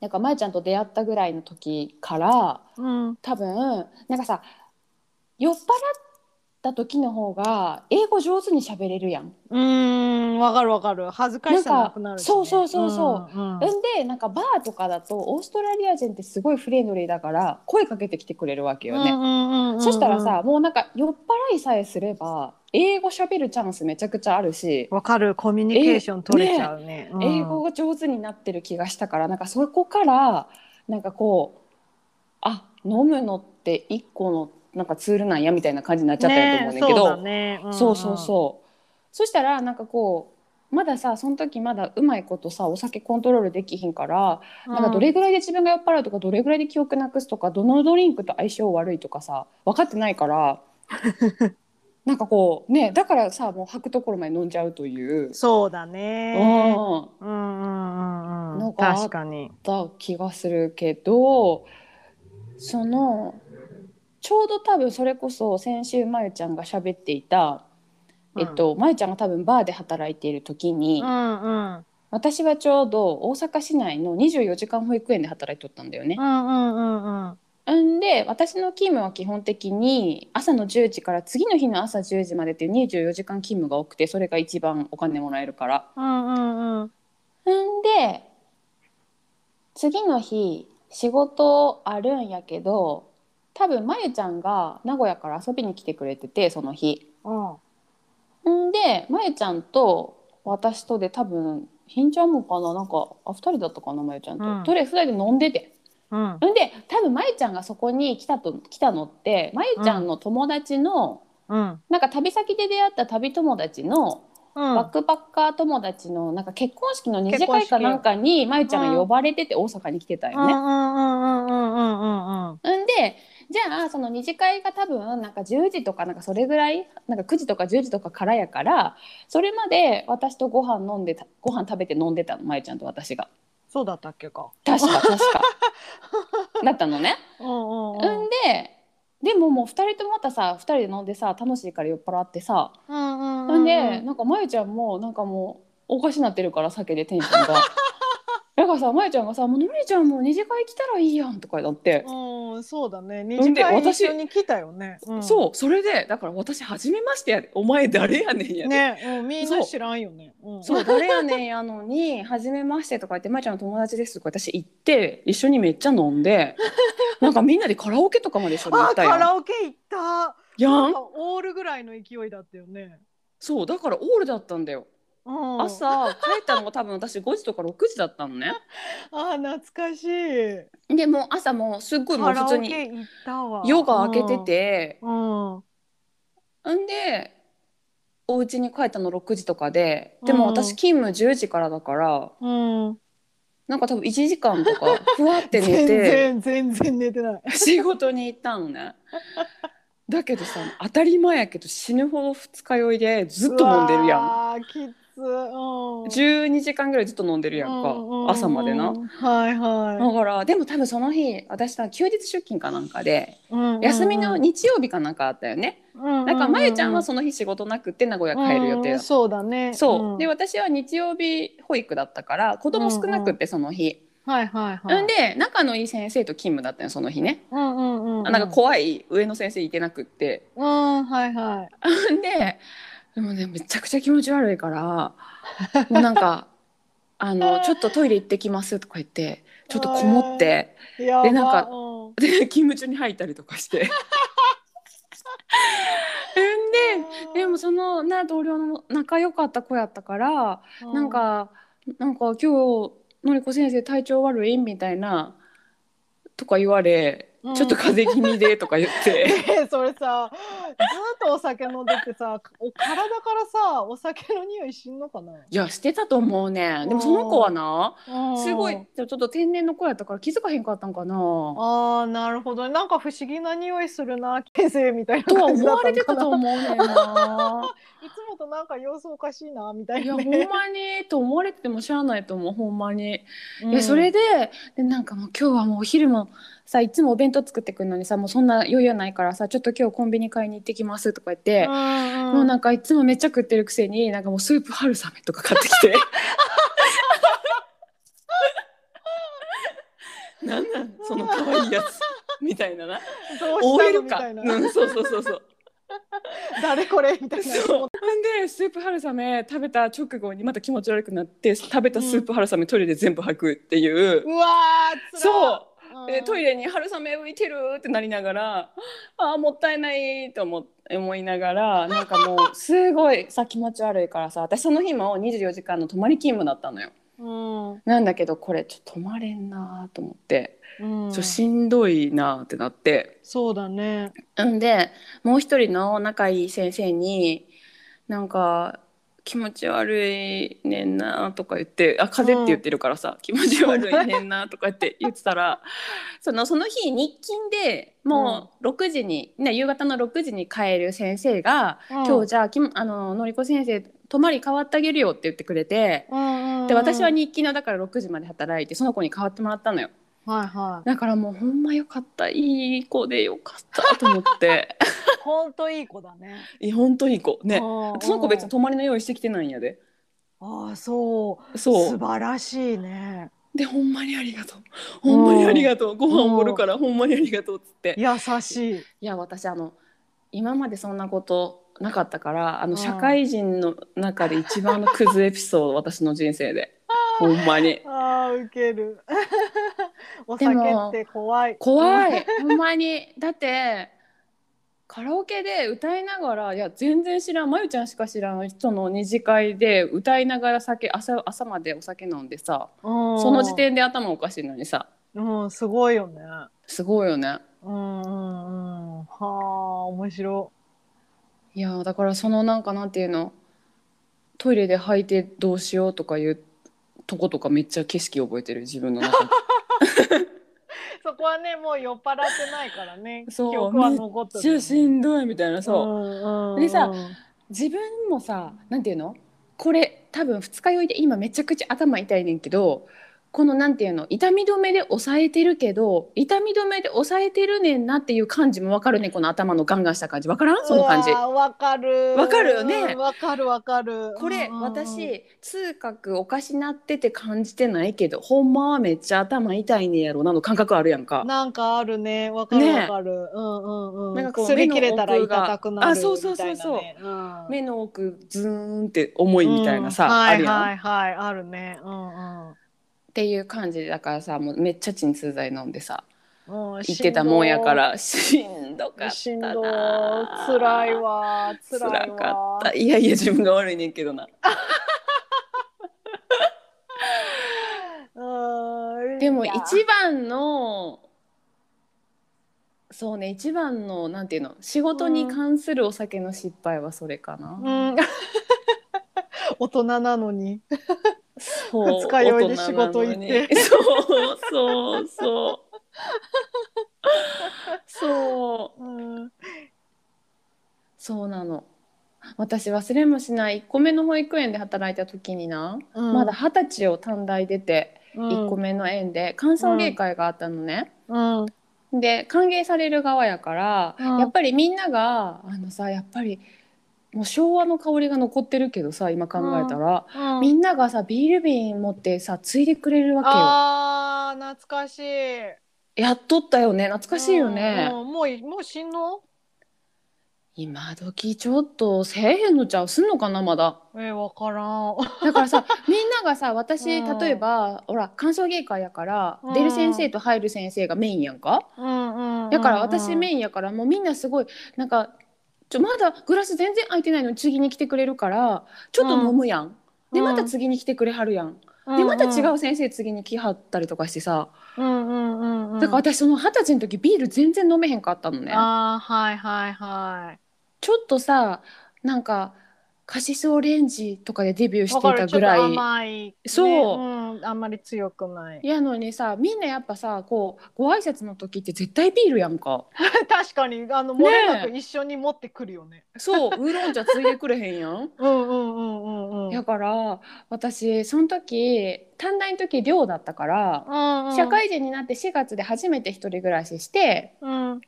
Speaker 1: なんか舞ちゃんと出会ったぐらいの時から
Speaker 2: うん
Speaker 1: 多分なんかさ酔っ払った時の方が英語上手に喋れるやん。
Speaker 2: うーんわかるわかる恥ずかしさなくなるしね
Speaker 1: なんかそうそうそうそ
Speaker 2: うんうん
Speaker 1: うんでなんかバーとかだとオーストラリア人ってすごいフレンドリーだから声かけてきてくれるわけよね、
Speaker 2: うんうんうんうん
Speaker 1: そしたらさもうなんか酔っ払いさえすれば英語喋るチャンスめちゃくちゃあるし、
Speaker 2: わかるコミュニケーション取れちゃうねうん
Speaker 1: 英語が上手になってる気がしたからなんかそこからなんかこうあ飲むのって一個のなんかツールなんやみたいな感じになっちゃったんやと思うねんだけど、
Speaker 2: ねえ
Speaker 1: そ
Speaker 2: そう
Speaker 1: うそうそう。そしたらなんかこうまださその時まだうまいことさお酒コントロールできひんから、
Speaker 2: だねうんうん
Speaker 1: なんかどれぐらいで自分が酔っ払うとかどれぐらいで記憶なくすとかどのドリンクと相性悪いとかさ分かってないから なんかこうねだからさもう吐くところまで飲んじゃうという、
Speaker 2: そうだね
Speaker 1: うん、
Speaker 2: うんうんうんう
Speaker 1: なん
Speaker 2: ん
Speaker 1: か
Speaker 2: 確かに
Speaker 1: だった気がするけどそのちょうど多分それこそ先週まゆちゃんが喋っていた、えっと、まゆちゃんが多分バーで働いている時に。
Speaker 2: うんうん
Speaker 1: 私はちょうど大阪市内の24時間保育園で働いとったんだよね
Speaker 2: う。んうんうんうん
Speaker 1: んで私の勤務は基本的に朝の10時から次の日の朝10時までっていう24時間勤務が多くてそれが一番お金もらえるから。
Speaker 2: うんうんうん
Speaker 1: んで次の日仕事あるんやけど多分まゆちゃんが名古屋から遊びに来てくれててその日。
Speaker 2: うん
Speaker 1: んでまゆちゃんと私とで多分ひんちゃんもかななんかあ2人だったかなまゆちゃんと、
Speaker 2: うん
Speaker 1: とりあえず2人で飲んでて
Speaker 2: うん
Speaker 1: んで多分まゆちゃんがそこに来たと来たのってまゆちゃんの友達の、
Speaker 2: うん
Speaker 1: なんか旅先で出会った旅友達の、
Speaker 2: うん
Speaker 1: バックパッカー友達のなんか結婚式の二次
Speaker 2: 結婚
Speaker 1: 会
Speaker 2: 式
Speaker 1: かなんかにまゆちゃんが呼ばれてて大阪に来てた
Speaker 2: うんう
Speaker 1: よ
Speaker 2: ん
Speaker 1: ね。
Speaker 2: うんうんうんうんうん
Speaker 1: んでじゃあその二次会が多分なんか10時とかなんかそれぐらいなんか9時とか10時とかからやからそれまで私とご飯飲んでたご飯食べて飲んでたのまゆちゃんと私が
Speaker 2: そうだったっけか
Speaker 1: 確か確 かだったのね。
Speaker 2: うんうんうん
Speaker 1: うんででももう2人ともまたさ2人で飲んでさ楽しいから酔っ払ってさ、
Speaker 2: うんうん
Speaker 1: なんでなんかまゆちゃんもなんかもうおかしなってるから酒でテンシ ョンが。だからさまゆちゃんがさ「もうのりちゃんもう二次会来たらいいやん」とかなって、
Speaker 2: うん、そうだね。二
Speaker 1: で
Speaker 2: 次会
Speaker 1: 私
Speaker 2: 一緒に来たよね。うん
Speaker 1: そうそれでだから私初めましてやでお前誰やねんやで、
Speaker 2: ね、うん、みん
Speaker 1: そう
Speaker 2: な知らんよね。うん、
Speaker 1: そう誰やねんやのに「初めまして」とか言って「まゆちゃんの友達です」とか私行って一緒にめっちゃ飲ん でなんかみんなでカラオケとかまで一緒に行
Speaker 2: あ
Speaker 1: っ、た
Speaker 2: カ
Speaker 1: やん。
Speaker 2: ラオケ行った。
Speaker 1: や
Speaker 2: なん
Speaker 1: ん
Speaker 2: かオールぐらいの勢いだったよね。
Speaker 1: そうだからオールだったんだよ。
Speaker 2: うん、
Speaker 1: 朝帰ったのが多分私5時とか6時だったのね
Speaker 2: あ、懐かしい。
Speaker 1: でもう朝もうすっごいも
Speaker 2: カ
Speaker 1: う普
Speaker 2: ラオ
Speaker 1: 通
Speaker 2: ケ
Speaker 1: に
Speaker 2: 行ったわ。
Speaker 1: 夜が明けてて、
Speaker 2: うん。うん。
Speaker 1: んでお家に帰ったの6時とかででも
Speaker 2: うん
Speaker 1: 私勤務10時からだから
Speaker 2: うん。
Speaker 1: なんか多分1時間とかふわって寝
Speaker 2: 全
Speaker 1: て
Speaker 2: 然全然寝てない。
Speaker 1: 仕事に行ったのねだけどさ当たり前やけど死ぬほど二日酔いでずっと飲んでるやん
Speaker 2: あ、きつ。うん。
Speaker 1: 12時間ぐらいずっと飲んでるやんか、
Speaker 2: うんうんうん
Speaker 1: 朝までな
Speaker 2: はいは
Speaker 1: だからでも多分その日私は休日出勤かなんかで
Speaker 2: い。うんうん
Speaker 1: 休みの日曜日かなんかあったよね。
Speaker 2: うん。
Speaker 1: だからまゆちゃんは
Speaker 2: そ
Speaker 1: その日仕事なくて名古屋帰る予定だった。
Speaker 2: そうだね。
Speaker 1: そう、
Speaker 2: ん
Speaker 1: で私は日曜日保育だったから子供少なくってその日、
Speaker 2: はいはいはい。
Speaker 1: んで仲のいい先生と勤務だったよその日ね、
Speaker 2: うんうんうんうん。
Speaker 1: なんか怖い上の先生いてなくって
Speaker 2: うん、はいは
Speaker 1: んででもねめちゃくちゃ気持ち悪いからもうなんか「あ のちょっとトイレ行ってきます」とか言ってちょっとこもって
Speaker 2: い。やば
Speaker 1: でなんか
Speaker 2: うん
Speaker 1: で勤務中に吐いたりとかして んででもそのね同僚の仲良かった子やったから、
Speaker 2: うん
Speaker 1: なんかなんか今日のりこ先生体調悪いみたいなとか言われ
Speaker 2: うん
Speaker 1: ちょっと風邪気味で」とか言 って
Speaker 2: で それさずっとお酒飲んでてさお体からさお酒の匂いしんのかな、
Speaker 1: いやしてたと思うねんでもその子はなすご
Speaker 2: う
Speaker 1: い
Speaker 2: ん
Speaker 1: ちょっと天然の子やったから気づかへんかったんかな
Speaker 2: あーなるほどなんか不思議な匂いするな先生みたいな
Speaker 1: とは
Speaker 2: 感じ
Speaker 1: 思
Speaker 2: だっ
Speaker 1: わ
Speaker 2: た
Speaker 1: れ
Speaker 2: の
Speaker 1: て
Speaker 2: か
Speaker 1: たと
Speaker 2: な
Speaker 1: 思うねんな
Speaker 2: いつもとなんか様子おかしいなみたい
Speaker 1: いや
Speaker 2: な、
Speaker 1: ほん
Speaker 2: ね、
Speaker 1: まにと思われててもしゃあないと思うほんまに
Speaker 2: うん
Speaker 1: いやそれででなんかもう今日はもうお昼もさいつもお弁当作ってくるのにさもうそんな余裕ないからさちょっと今日コンビニ買いに行ってきますとか言って、
Speaker 2: んん
Speaker 1: もうなんかいつもめっちゃ食ってるくせになんかもうスープ春雨とか買ってきて。 なんなんその可愛いやつみたいなな
Speaker 2: どうしたの
Speaker 1: OL
Speaker 2: み
Speaker 1: か
Speaker 2: たいな、
Speaker 1: うんそうそうそうそう
Speaker 2: 誰これみたいな
Speaker 1: そうほんでスープ春雨食べた直後にまた気持ち悪くなって食べたスープ春雨トイレで全部吐くっていう、
Speaker 2: うわーつら
Speaker 1: そう
Speaker 2: うん、
Speaker 1: でトイレに春雨浮いてるってなりながらあーもったいないと思思いながらなんかもうすごいさ気持ち悪いからさ私その日も24時間の泊まり勤務だったのよ
Speaker 2: うん
Speaker 1: なんだけどこれちょっと泊まれんなと思って、
Speaker 2: うん
Speaker 1: ちょしんどいなってなって
Speaker 2: そうだね
Speaker 1: んでもう一人の仲いい先生になんか気持ち悪いねんなとか言ってあ風邪って言ってるからさ、気持ち悪いねんなとかって言ってたらそのその日日勤でもう6時に、ね、夕方の6時に帰る先生が「今日
Speaker 2: じ
Speaker 1: じゃあきもあののりこ先生泊まり代わってあげるよ」って言ってくれて。
Speaker 2: ゃ、うんうんうん
Speaker 1: で私は日勤のだから6時まで働いてその子に代わってもらったのよ
Speaker 2: はいはい
Speaker 1: だからもうほんまよかったいい子でよかったと思って
Speaker 2: ほんといい子だね
Speaker 1: いや本当にいい子ね
Speaker 2: うんうん
Speaker 1: その子別に泊まりの用意してきてないんやで
Speaker 2: ああそう
Speaker 1: そ
Speaker 2: 素
Speaker 1: う
Speaker 2: 晴らしいね
Speaker 1: でほんまにありがとうほんまにありがとうご飯おごるからほんまにありがとうっつってい
Speaker 2: 優しい
Speaker 1: や私あの今までそんなことなかったからあ
Speaker 2: うん
Speaker 1: の社会人の中で一番のクズエピソード私の人生 でほんまに
Speaker 2: あーウケる お
Speaker 1: で
Speaker 2: 酒
Speaker 1: も
Speaker 2: って怖い
Speaker 1: 怖
Speaker 2: い
Speaker 1: いほんまにだってカラオケで歌いながらいや全然知らんまゆちゃんしか知らん人の二次会で歌いながら酒朝朝までお酒飲んでさそ
Speaker 2: そ
Speaker 1: の時点で頭おかしいのにさ
Speaker 2: うんすごいよね
Speaker 1: すごいよね
Speaker 2: うんうんうんはあ面白
Speaker 1: いやーだからそのなんかなんていうのトイレで履いてどうしようとかいうとことかめっちゃ景色覚えてる自分の中で
Speaker 2: いそこはねもう酔っ払ってないからね 記
Speaker 1: そう
Speaker 2: 憶は残って
Speaker 1: めっ
Speaker 2: る
Speaker 1: ちゃしんどいみたいな
Speaker 2: う
Speaker 1: そう、
Speaker 2: んうんうん
Speaker 1: でさ自分もさなんていうのこれ多分二日酔いで今めちゃくちゃ頭痛いねんけどこのなんていうの痛み止めで抑えてるけど痛み止めで抑えてるねんなっていう感じもわかるねこの頭のガンガンした感じわからんその感じ
Speaker 2: うわーわかる
Speaker 1: わかるよね
Speaker 2: うんわかるわかる
Speaker 1: これ
Speaker 2: うんうんうん
Speaker 1: 私痛覚おかしなってて感じてないけどほんまはめっちゃ頭痛いねやろなの感覚あるやんか。
Speaker 2: なんかあるね。わかる
Speaker 1: ね
Speaker 2: わかる。うんうんう
Speaker 1: な
Speaker 2: ん。
Speaker 1: んかこう
Speaker 2: 擦り切れたら
Speaker 1: 目の
Speaker 2: 痛
Speaker 1: 奥が
Speaker 2: たくなるみたいな、ね。
Speaker 1: あそうそうそうそうん目の奥ズーンって重いみたいなさ、
Speaker 2: うん
Speaker 1: あるやん、
Speaker 2: はいはいはいあるね。うんうん。
Speaker 1: っていう感じだからさもうめっちゃ鎮痛剤飲んでさ
Speaker 2: もう
Speaker 1: 言ってたもんやか。らしんどかったな
Speaker 2: しんどいしんどい辛いわ辛いわ
Speaker 1: 辛かったいやいや自分が悪いねんけどな
Speaker 2: うん
Speaker 1: でも
Speaker 2: いや
Speaker 1: 一番のそうね一番のなんていうの仕事に関するお酒の失敗はそれかな、
Speaker 2: うん。 大人なのに。
Speaker 1: そう
Speaker 2: 二日酔いで仕事行っ
Speaker 1: 大人なの
Speaker 2: て
Speaker 1: に そうそうそうそう
Speaker 2: うん。
Speaker 1: そうなの私忘れもしない1個目の保育園で働いた時にな、まだ二十歳を短大出て1個
Speaker 2: 目。
Speaker 1: 目の園で歓送迎会があったのね、
Speaker 2: うん。
Speaker 1: で歓迎される側やから、
Speaker 2: うん
Speaker 1: やっぱりみんながあのさやっぱりもう昭和の香りが残ってるけどさ今考えたら、
Speaker 2: う
Speaker 1: み
Speaker 2: ん
Speaker 1: んながさビール瓶持ってさついでくれるわけよ。
Speaker 2: あー懐かしい。
Speaker 1: やっとったよね懐かしいよね、
Speaker 2: うんうんもういもう死んの？
Speaker 1: 今時ちょっとせえへんのちゃうすんのかなまだ
Speaker 2: えー、わからん。
Speaker 1: だからさみんながさ私
Speaker 2: うん
Speaker 1: 例えばほら鑑賞芸会やから、
Speaker 2: うん
Speaker 1: 出る先生と入る先生がメインやんか
Speaker 2: うんうん。
Speaker 1: だから私メ
Speaker 2: イン。
Speaker 1: インやからもうみんなすごいなんかちょまだグラス全然空いてないのに次に来てくれるからちょっと飲むやん、で
Speaker 2: うん
Speaker 1: また次に来てくれはるやん、でまた違う先生次に来はったりとかしてさ、
Speaker 2: うんうんうんうん。
Speaker 1: だから私その二十歳の時ビール全然飲めへんかったのね
Speaker 2: ああはいはいはい。
Speaker 1: ちょっとさなんかカシスオレンジとかでデビューしていたぐら
Speaker 2: わかるちょっ
Speaker 1: い
Speaker 2: と甘い、ね。
Speaker 1: そう
Speaker 2: うん。あんまり強くない。
Speaker 1: やのにさみんなやっぱさこうご挨拶の時って絶対ビールやんか
Speaker 2: 確かにあの
Speaker 1: ね
Speaker 2: 漏
Speaker 1: え
Speaker 2: れなく一緒に持ってくるよね。
Speaker 1: そうウーロン茶ついでくれへんやん
Speaker 2: うんうんうんうんうん。
Speaker 1: だから私その時短大の時寮だったから、
Speaker 2: うんうん
Speaker 1: 社会人になって4月で初めて一人暮らしして
Speaker 2: うん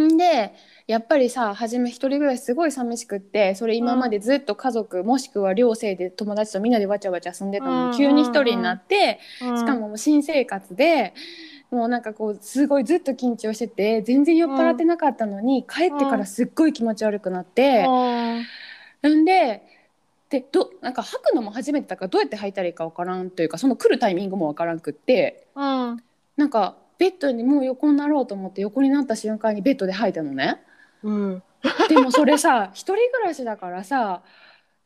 Speaker 1: んでやっぱりさ初め一人暮らしすごい寂しくってそれ今までずっと家族、もしくは寮生で友達とみんなでわちゃわちゃ遊んでたのに、
Speaker 2: うん
Speaker 1: 急に一人になって、
Speaker 2: うん
Speaker 1: しかももう新生活でもうなんかこうすごいずっと緊張してて全然酔っ払ってなかったのに、帰ってからすっごい気持ち悪くなって、
Speaker 2: うん
Speaker 1: んででどなんか吐くのも初めてだからどうやって吐いたらいいか分からんというかその来るタイミングも分からんくって
Speaker 2: うん
Speaker 1: なんかベッドにもう横になろうと思って横になった瞬間にベッドで吐いたの ね。
Speaker 2: うん
Speaker 1: でもそれさ一人暮らしだからさ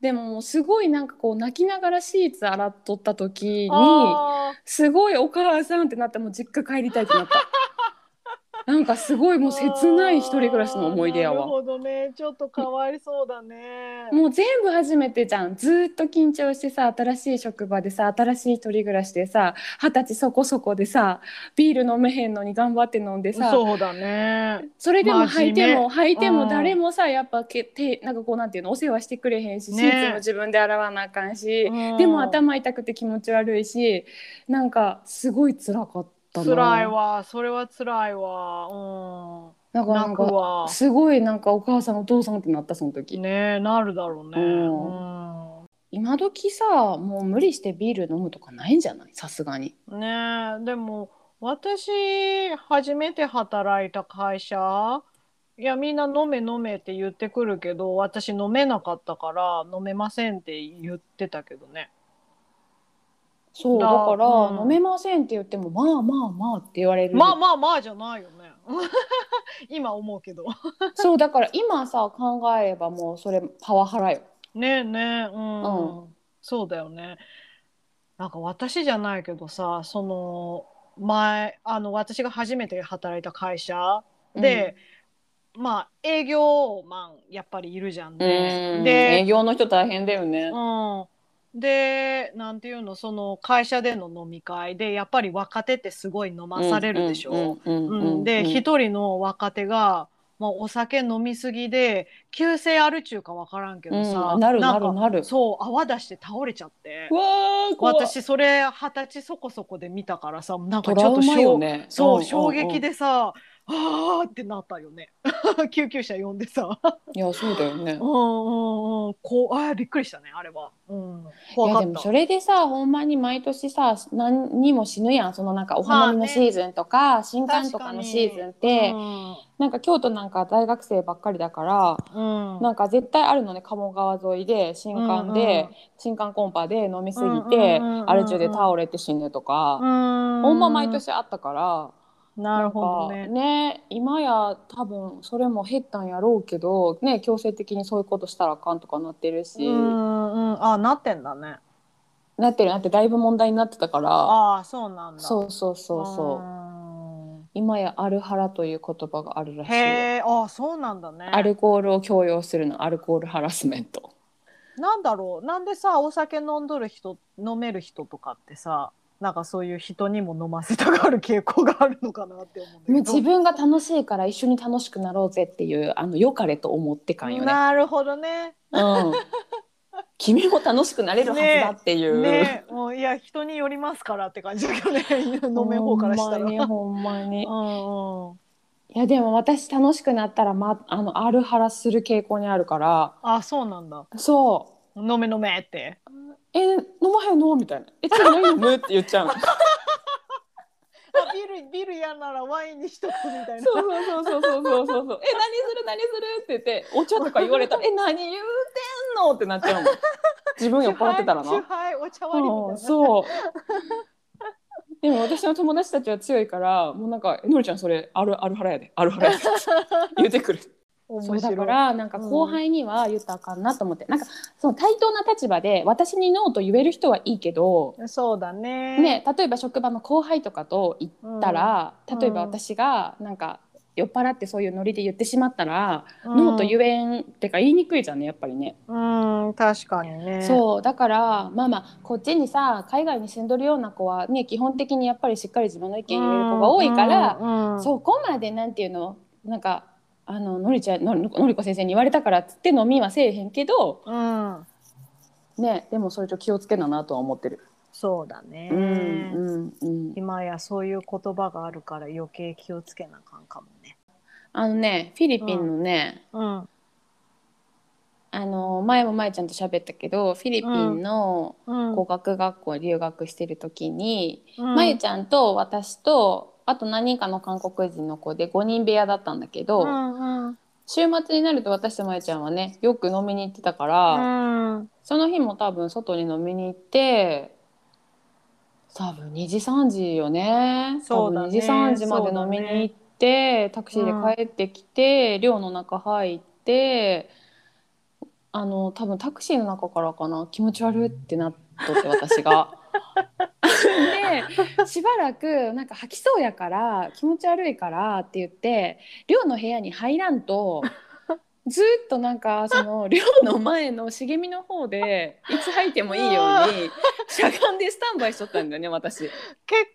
Speaker 1: でももうすごいなんかこう泣きながらシーツ洗っとった時に
Speaker 2: あ
Speaker 1: すごいお母さんってなってもう実家帰りたいってなった なんかすごい
Speaker 2: ー
Speaker 1: もう切ない一人暮らしの思い出や
Speaker 2: なる
Speaker 1: わ
Speaker 2: ほどねちょっとかわいそうだね
Speaker 1: もう全部初めてじゃんずーっと緊張してさ新しい職場でさ新しい一人暮らしでさ二十歳そこそこでさビール飲めへんのに頑張って飲んでさ
Speaker 2: そうだね
Speaker 1: それでも
Speaker 2: 真
Speaker 1: 履い
Speaker 2: 面目
Speaker 1: ても履いて
Speaker 2: う
Speaker 1: も
Speaker 2: ん
Speaker 1: 誰もさやっぱけてなんかこうなんていうのお世話してくれへんし、
Speaker 2: ね
Speaker 1: シーツも自分で洗わなあかんし、
Speaker 2: うん
Speaker 1: でも頭痛くて気持ち悪いしなんかすごい辛かったな
Speaker 2: 辛いわそれは辛いわ
Speaker 1: なん
Speaker 2: うん
Speaker 1: かなん
Speaker 2: 泣く
Speaker 1: か
Speaker 2: わ
Speaker 1: すごいなんかお母さんお父さんってなったその時、
Speaker 2: ねなるだろうね
Speaker 1: うん
Speaker 2: う
Speaker 1: 今時さもう無理してビール飲むとかないんじゃないさすがに
Speaker 2: んねでも私初めて働いた会社いやみんな飲め飲めって言ってくるけど私飲めなかったから飲めませんって言ってたけどね
Speaker 1: そうだ
Speaker 2: だ
Speaker 1: から、
Speaker 2: うん
Speaker 1: 飲めませんって言ってもまあまあまあって言われる
Speaker 2: まあまあまあじゃないよね 今思うけど
Speaker 1: そうだから今さ考えればもうそれパワハラよ
Speaker 2: ねえねえうん、
Speaker 1: う
Speaker 2: そうだよねなんか私じゃないけどさその前あの私が初めて働いた会社で、まあ営業マンやっぱりいるじゃんね。
Speaker 1: で営
Speaker 2: で、
Speaker 1: 業の人大変だよね。
Speaker 2: うん、でなんていうのその会社での飲み会でやっぱり若手ってすごい飲まされるでしょ。
Speaker 1: うんうん
Speaker 2: うん、で
Speaker 1: うん
Speaker 2: 一人の若手が、まあ、お酒飲みすぎで急性あるちゅうか分からんけどさ、
Speaker 1: うんなる
Speaker 2: ん
Speaker 1: な
Speaker 2: か
Speaker 1: るなる。
Speaker 2: そう泡出して倒れちゃって
Speaker 1: うわー怖い
Speaker 2: 私それ二十歳そこそこで見たからさなん
Speaker 1: ト
Speaker 2: かち
Speaker 1: ラ
Speaker 2: ょっと
Speaker 1: ウ
Speaker 2: しょ
Speaker 1: マ
Speaker 2: う
Speaker 1: よね。
Speaker 2: そ
Speaker 1: んん
Speaker 2: うん衝撃。でさ、あーってなったよね 救急車呼んでさ
Speaker 1: いやそうだよね
Speaker 2: うん。うんうんこうあーびっくりしたねあれは、うん、
Speaker 1: い
Speaker 2: 怖
Speaker 1: や
Speaker 2: か
Speaker 1: で
Speaker 2: っ
Speaker 1: も
Speaker 2: た
Speaker 1: それでさほんまに毎年さ何にも死ぬやんそのなんかお花見の
Speaker 2: まあね
Speaker 1: シーズンとか新刊とかのシーズンって
Speaker 2: うん
Speaker 1: なんか京都なんか大学生ばっかりだから
Speaker 2: うん
Speaker 1: なんか絶対あるのね鴨川沿いで新刊で新刊コンパで飲みすぎて
Speaker 2: うんうんうんうん
Speaker 1: アル中で倒れて死ぬとか
Speaker 2: う。ん、
Speaker 1: ほんま毎年あったから
Speaker 2: なるほど
Speaker 1: な
Speaker 2: ね
Speaker 1: んか今や多分それも減ったんやろうけど、ね、強制的にそういうことしたらあかんとかなってるし、
Speaker 2: うんうんあなってんだね
Speaker 1: なってるなってだいぶ問題になってたから
Speaker 2: ああそうなんだ
Speaker 1: そうそうそうそう
Speaker 2: そ
Speaker 1: 今やアルハラという言葉があるらしいよ
Speaker 2: へえああそうなんだね
Speaker 1: アルコールを強要するのアルコールハラスメント
Speaker 2: なんだろうなんでさお酒飲んどる人飲める人とかってさなんかそういう人にも飲ませたがる傾向があるのかなって思うんだけど
Speaker 1: もう自分が楽しいから一緒に楽しくなろうぜっていうあの良かれと思って感よね、
Speaker 2: なるほどね
Speaker 1: うん、君も楽しくなれるはずだっていう、
Speaker 2: ねもういや人によりますからって感じだけど ね飲めん方からしたら
Speaker 1: ほんまにほんまに
Speaker 2: うんうん
Speaker 1: いやでも私楽しくなったら、ま、あのアルハラする傾向にあるから
Speaker 2: あそうなんだ
Speaker 1: そ
Speaker 2: 飲め飲めって
Speaker 1: う「え飲まへんの?」みたいな「えちょっと飲む?」って言っちゃうの
Speaker 2: あビールビール嫌ならワインにしとくみたいな
Speaker 1: そうそうそうそうそうそうそう「え何する何する?」って言ってお茶とか言わ れたら「え何言うてんの?」ってなっちゃう もん自分酔っ払ってたらな
Speaker 2: チューハイお茶割りみたいな、
Speaker 1: うんそうでも私の友達 たちは強いからもうなんか「えのりちゃんそれあるあるハラやであるハラやで」言うてくる
Speaker 2: 面
Speaker 1: そ
Speaker 2: 白
Speaker 1: う
Speaker 2: い
Speaker 1: だからなんか
Speaker 2: うん
Speaker 1: 後輩には言ったらあかんなと思って、なんかその対等な立場で私にノーと言える人はいいけど、
Speaker 2: そうだね。
Speaker 1: ね、例えば職場の後輩とかと行ったら、
Speaker 2: うん
Speaker 1: 例えば私がなんか酔っ払ってそういうノリで言ってしまったら、
Speaker 2: うん、
Speaker 1: ノーと言えんってか言いにくいじゃんねやっぱりね。
Speaker 2: うん、確かにね。
Speaker 1: そうだからまあまあこっちにさ海外に住んどるような子はね基本的にやっぱりしっかり自分の意見言える子が多いから、
Speaker 2: うん、うん
Speaker 1: そこまでなんていうのなんかあののりちゃんのののりこ先生に言われたからっつって飲みはせえへんけど、
Speaker 2: うん、
Speaker 1: ね、でもそれちょっと気をつけななとは思ってる。
Speaker 2: そうだね、
Speaker 1: うんうんうん、
Speaker 2: 今やそういう言葉があるから余計気をつけなあかんかもね。
Speaker 1: あのねフィリピンのね、
Speaker 2: うん、
Speaker 1: あの前も前ちゃんと喋ったけどフィリピンの
Speaker 2: うん、
Speaker 1: 語学学校留学してる時に、
Speaker 2: うん、
Speaker 1: まゆちゃんと私とあと何人かの韓国人の子で5人部屋だったんだけど、
Speaker 2: うんうん
Speaker 1: 週末になると私とまゆちゃんはねよく飲みに行ってたから、
Speaker 2: うん、
Speaker 1: その日も多分外に飲みに行って多分2時3時よね
Speaker 2: そうだ
Speaker 1: 多分
Speaker 2: ね
Speaker 1: 2時3時まで飲みに行って、タクシーで帰ってきて、寮の中入ってあの多分タクシーの中からかな気持ち悪いってなっとって私 が。でしばらくなんか吐きそうやから気持ち悪いからって言って寮の部屋に入らん と。ずーっとなんかその寮の前の茂みの方でいつ吐いてもいいようにしゃがんでスタンバイしとったんだよね私
Speaker 2: 結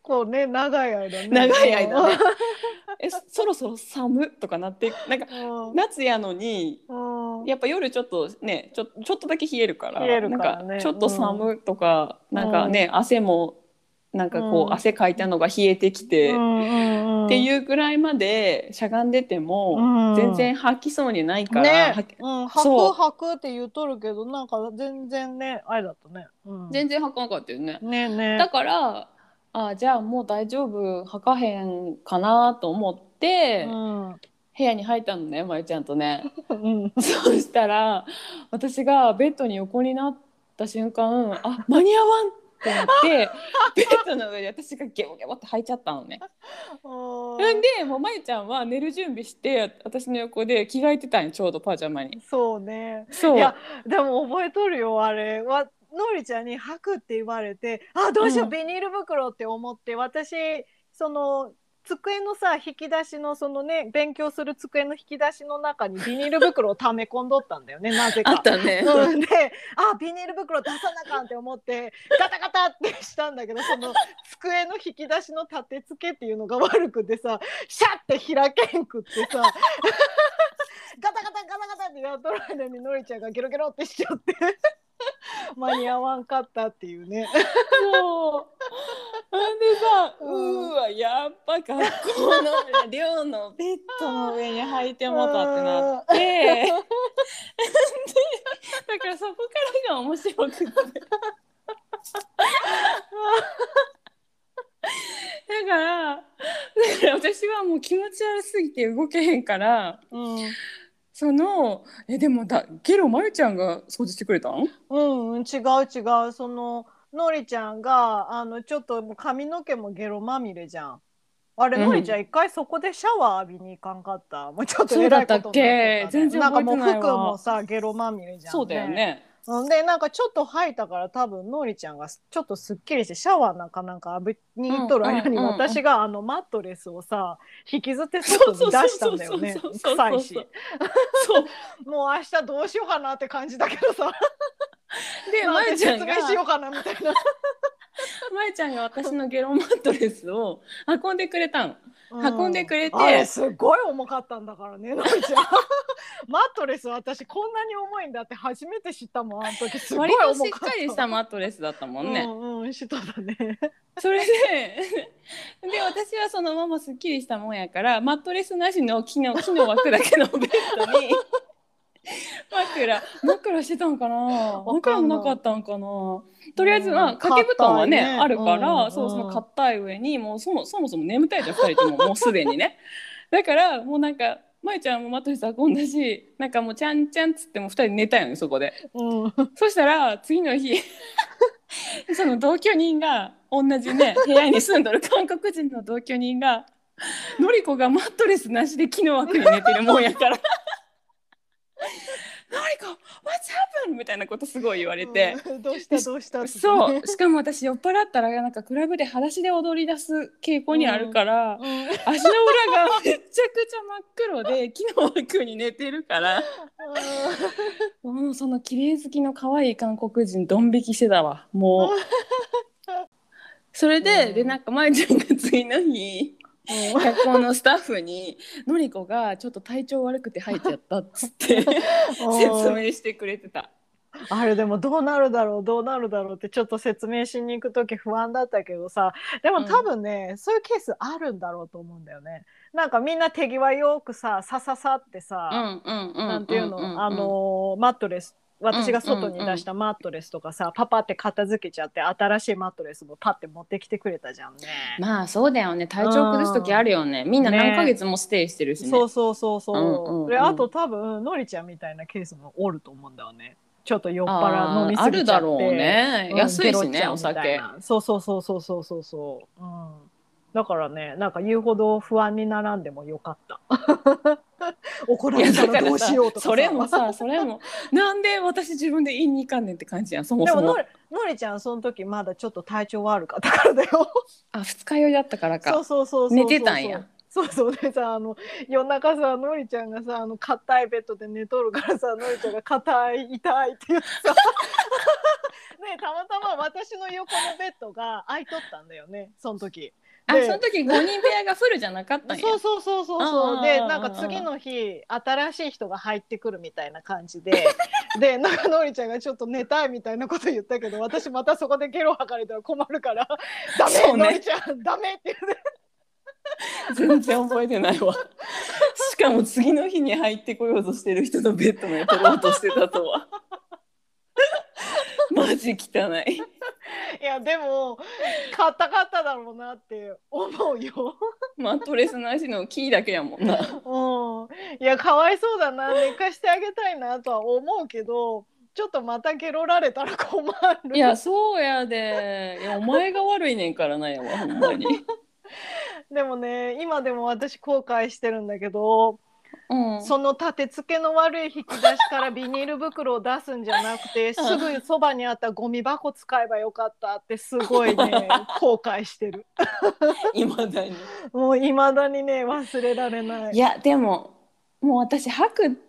Speaker 2: 構ね長い間ね
Speaker 1: 長い間ねえそろそろ寒とかなってなんか
Speaker 2: うん
Speaker 1: 夏やのに
Speaker 2: うん
Speaker 1: やっぱ夜ちょっとねちょちょっとだけ冷えるから
Speaker 2: 冷えるからね
Speaker 1: なんかちょっと寒とか、なんかね汗もなんかこう、
Speaker 2: うん
Speaker 1: 汗かいたのが冷えてきて、っ
Speaker 2: うん
Speaker 1: て
Speaker 2: う
Speaker 1: いうぐらいまでしゃがんでても、
Speaker 2: うん
Speaker 1: 全然吐きそうにないから、
Speaker 2: んね
Speaker 1: 吐き、
Speaker 2: う
Speaker 1: そ
Speaker 2: ん、吐
Speaker 1: う
Speaker 2: く吐くって言うとるけどなんか全然ねあれだったね、うん、
Speaker 1: 全然吐かなかったよね。
Speaker 2: ねね
Speaker 1: だからあじゃあもう大丈夫吐かへんかなと思って、
Speaker 2: うん
Speaker 1: 部屋に入ったのねまゆちゃんとね
Speaker 2: うん
Speaker 1: そうしたら私がベッドに横になった瞬間あ間に合わんってなって ベッドの上で私がゲボゲボって吐いちゃったのね。んでもうまゆちゃんは寝る準備して私の横で着替えてたんよちょうどパジャマに。
Speaker 2: そうね
Speaker 1: そう
Speaker 2: いやでも覚えとるよあれはのりちゃんに「吐く」って言われて「あどうしよう、
Speaker 1: うん
Speaker 2: ビニール袋」って思って私その机のさ引き出しのそのね勉強する机の引き出しの中にビニール袋を溜め込んどったんだよねなぜ
Speaker 1: あ
Speaker 2: か
Speaker 1: っ。たね。
Speaker 2: うん、で あビニール袋出さなあかんって思ってガタガタってしたんだけどその机の引き出しの立て付けっていうのが悪くてさシャッて開けんくってさ ガタガタガタガタってやっとる間にのりちゃんがゲロゲロってしちゃって間に合わんかったっていうね
Speaker 1: そう。 なんでさ、う
Speaker 2: う
Speaker 1: ー
Speaker 2: ん
Speaker 1: わ、やっぱ学校の寮のベッドの上に履いてもたってなって。でだからそこからが面白くて。だから、だから私はもう気持ち悪すぎて動けへんから。
Speaker 2: うん、
Speaker 1: その、え、でもだ、ゲロまゆちゃんが掃除してくれたん。
Speaker 2: うん、違う違うそののりちゃんがあのちょっともう髪の毛もゲロまみれじゃん。あれ、
Speaker 1: うん
Speaker 2: のりちゃん一回そこでシャワー浴びに行かんかった。もうちょっと
Speaker 1: そうだ
Speaker 2: 偉
Speaker 1: っ
Speaker 2: いこと
Speaker 1: た
Speaker 2: にな
Speaker 1: っけ
Speaker 2: っとったね
Speaker 1: 全然
Speaker 2: なん
Speaker 1: 覚
Speaker 2: か
Speaker 1: え
Speaker 2: も
Speaker 1: て
Speaker 2: う
Speaker 1: ないわ
Speaker 2: 服もさゲロまみれじゃん、
Speaker 1: そうだよ。ね。
Speaker 2: うんでなんかちょっと吐いたから多分のりちゃんがちょっとすっきりしてシャワーなんかなんか浴びに行っとる間に
Speaker 1: うんうんうんうん
Speaker 2: 私があのマットレスをさ引きずって外に出したんだよね
Speaker 1: そうそうそうそうそう
Speaker 2: 臭いし
Speaker 1: そう。
Speaker 2: もう明日どうしようかなって感じだけどさ
Speaker 1: で、
Speaker 2: な
Speaker 1: ま
Speaker 2: ん
Speaker 1: ゆ
Speaker 2: て
Speaker 1: ちゃん
Speaker 2: 説
Speaker 1: が、
Speaker 2: 明しようかなみたいな。
Speaker 1: まゆちゃんが私のゲロマットレスを運んでくれたの。運んでくれて
Speaker 2: あれすごい重かったんだからねのりちゃん マットレス私こんなに重いんだって初めて知ったもんあの時すごい
Speaker 1: 割としっ
Speaker 2: 重かった
Speaker 1: かりしたマットレスだったもんね。
Speaker 2: うんうんしとだね
Speaker 1: それで、で、私はそのまますっきりしたもんやから、マットレスなしの木の木の枠だけのベッドに、枕、枕してたんかな
Speaker 2: わか
Speaker 1: 枕も
Speaker 2: んない
Speaker 1: なかったんかなとりあえず、まあ、掛け布団はね、
Speaker 2: 硬いね
Speaker 1: あるから、
Speaker 2: うんうん
Speaker 1: そう、その硬い上に、もうそもそもそも眠たいじゃん、二人 とも、もうすでにね。だから、もうなんか、まゆちゃんもマットレス運んだし、なんかもう、ちゃんちゃんっつっても二人寝たよね、そこで。
Speaker 2: うん
Speaker 1: そしたら次の日 その同居人が同じね部屋に住んどる韓国人の同 居人がのりこがマットレスなしで木の枠に寝てるもんやからあるみたいなことすごい言われて、
Speaker 2: うんどうしたどうしたって
Speaker 1: そうしかも私酔っ払ったらなんかクラブで裸足で踊り出す傾向にあるから、
Speaker 2: うん
Speaker 1: 足の裏がめちゃくちゃ真っ黒で木の枠に寝てるからもうその綺麗好きの可愛い韓国人ドン引きしてたわもう それで、
Speaker 2: うん
Speaker 1: でなんか舞ちゃんが次の日
Speaker 2: うん
Speaker 1: 学校のスタッフに「のりこがちょっと体調悪くて入っちゃった」っつって 説明してくれてた
Speaker 2: あれでもどうなるだろうどうなるだろうってちょっと説明しに行く時不安だったけどさでも多分ね、そういうケースあるんだろうと思うんだよね。なんかみんな手際よくささささってさ、なんていうの、あのマットレス私が外に出したマットレスとかさ、パパって片付けちゃって新しいマットレスもパって持ってきてくれたじゃんね。
Speaker 1: まあそうだよね体調崩す時あるよねみんな何ヶ月もステイしてるしね
Speaker 2: そうそうそうそう。
Speaker 1: うんうんうん
Speaker 2: であと多分のりちゃんみたいなケースもおると思うんだよね。ちょっと酔っ払い飲み
Speaker 1: あーあ
Speaker 2: すぎ
Speaker 1: る
Speaker 2: ちゃ
Speaker 1: だ
Speaker 2: って。
Speaker 1: ろうね、
Speaker 2: うん
Speaker 1: 安いし
Speaker 2: ゲロち
Speaker 1: ね
Speaker 2: ゃう
Speaker 1: お
Speaker 2: みたい
Speaker 1: 酒
Speaker 2: なそうそうそうそうそうそうそう、うん、だからねなんか言うほど不安にならんでもよかった 怒ら
Speaker 1: い
Speaker 2: れ
Speaker 1: や
Speaker 2: た
Speaker 1: だか
Speaker 2: らど
Speaker 1: ら
Speaker 2: う
Speaker 1: さ
Speaker 2: しようとかさ
Speaker 1: それもさそれもなんで私自分で言いに行かんねんって感じやんそも
Speaker 2: で
Speaker 1: そ
Speaker 2: も
Speaker 1: も
Speaker 2: のりのりちゃんその時まだちょっと体調悪かったからだよ
Speaker 1: あ二日酔いだったからか
Speaker 2: そうそうそうそうそう
Speaker 1: 寝てたんや
Speaker 2: そうそうでさあの夜中さのりちゃんがさあの硬いベッドで寝とるからさのりちゃんが硬い痛いって言って さねたまたま私の横のベッドが空いとったんだよねその時。
Speaker 1: あ
Speaker 2: で
Speaker 1: その時五人部屋がフルじゃなかったんや
Speaker 2: そうそうそうそう
Speaker 1: う
Speaker 2: そうんで
Speaker 1: うんうんうん
Speaker 2: なんか次の日新しい人が入ってくるみたいな感 じででなんかのりちゃんがちょっと寝たいみたいなこと言ったけど私またそこでゲロ吐かれたら困 るから「ダメ、
Speaker 1: そうね
Speaker 2: のりちゃんダメ」って言って
Speaker 1: 全然覚えてないわしかも次の日に入ってこようとしてる人のベッドまで取ろうとしてたと はマジ汚い
Speaker 2: いやでも買ったかっただろうなって思うよ。
Speaker 1: マットレスなしのキーだけやもんな
Speaker 2: うん、いやかわいそうだな寝かしてあげたいなとは思うけどちょっとまたゲロられたら困る。
Speaker 1: いやそうやでいやお前が悪いねんからなやわほんま に
Speaker 2: でもね今でも私後悔してるんだけど。
Speaker 1: うん
Speaker 2: その立て付けの悪い引き出しからビニール袋を出すんじゃなくてすぐそばにあったゴミ箱使えばよかったってすごいね後悔してる
Speaker 1: いまだに
Speaker 2: もういまだにね忘れられない
Speaker 1: いやでももう私吐く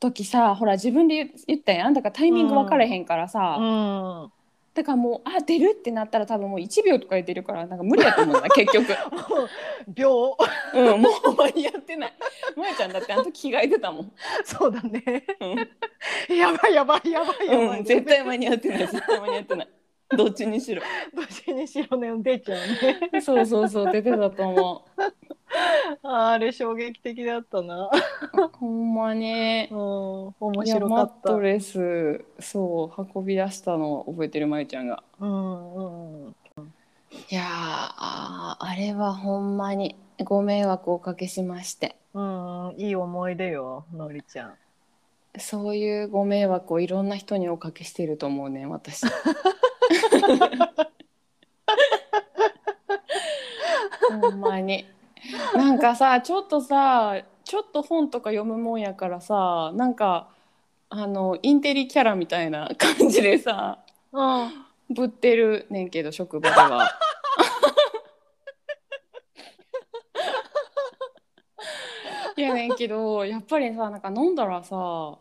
Speaker 1: 時さほら自分で言言ったやんだからタイミング分かれへんからさ、
Speaker 2: うん
Speaker 1: だからもうあ出るってなったら多分もう1秒とかで出るからなんか無理やと 思うな結局、
Speaker 2: 秒
Speaker 1: うん、もう間に合ってない萌えちゃんだってあの時着替えてたもん、
Speaker 2: そうだね
Speaker 1: う
Speaker 2: やばいやばいやばいや
Speaker 1: ん
Speaker 2: ばい、
Speaker 1: うん、絶対間に合ってない絶対間に合ってないどっちにしろ
Speaker 2: どっちにしろね出ちゃうね
Speaker 1: そうそうそう出てたと思
Speaker 2: あーあれ衝撃的だったな
Speaker 1: うほんまに
Speaker 2: うん面
Speaker 1: いや
Speaker 2: 白
Speaker 1: マ
Speaker 2: か
Speaker 1: ッ
Speaker 2: った
Speaker 1: トレスそう運び出したのを覚えてるまゆちゃんが
Speaker 2: うんうん
Speaker 1: いやーあーあれはほんまにご迷惑をおかけしまして
Speaker 2: うん、いい思い出よのりちゃん
Speaker 1: そういうご迷惑をいろんな人におかけしてると思うね私ほんまになんかさちょっとさちょっと本とか読むもんやからさなんかあのインテリキャラみたいな感じでさ
Speaker 2: うん
Speaker 1: ぶってるねんけど職場では。 いやねんけどやっぱりさなんか飲んだらさ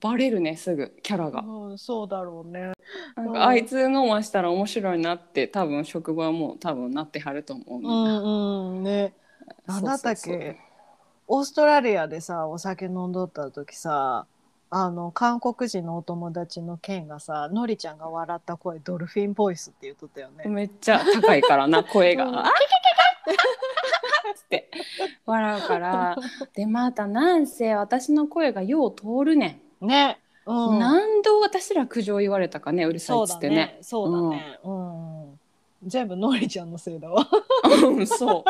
Speaker 1: バレるねすぐキャラが。
Speaker 2: うん、そうだろうね。
Speaker 1: なん
Speaker 2: うん
Speaker 1: かあいつ飲ましたら面白いなって多分職場も多分なってはると思うね。
Speaker 2: うんうんね。
Speaker 1: そ
Speaker 2: な
Speaker 1: うん
Speaker 2: だったっ
Speaker 1: そうそう
Speaker 2: けオーストラリアでさお酒飲んどった時さあの韓国人のお友達のケンがさのりちゃんが笑った声ドルフィンボイスって言っとったよね。
Speaker 1: めっちゃ高いから な声が「
Speaker 2: うん
Speaker 1: あっ!」って笑うからでまたなんせ私の声がよう通るねん。
Speaker 2: ね。うん、
Speaker 1: 何度私ら苦情言われたかねうるさい
Speaker 2: そ
Speaker 1: っ
Speaker 2: う
Speaker 1: つ
Speaker 2: だ
Speaker 1: って
Speaker 2: ね
Speaker 1: ね。
Speaker 2: そうだね。うん。全部のりちゃんのせいだわ。
Speaker 1: うん そう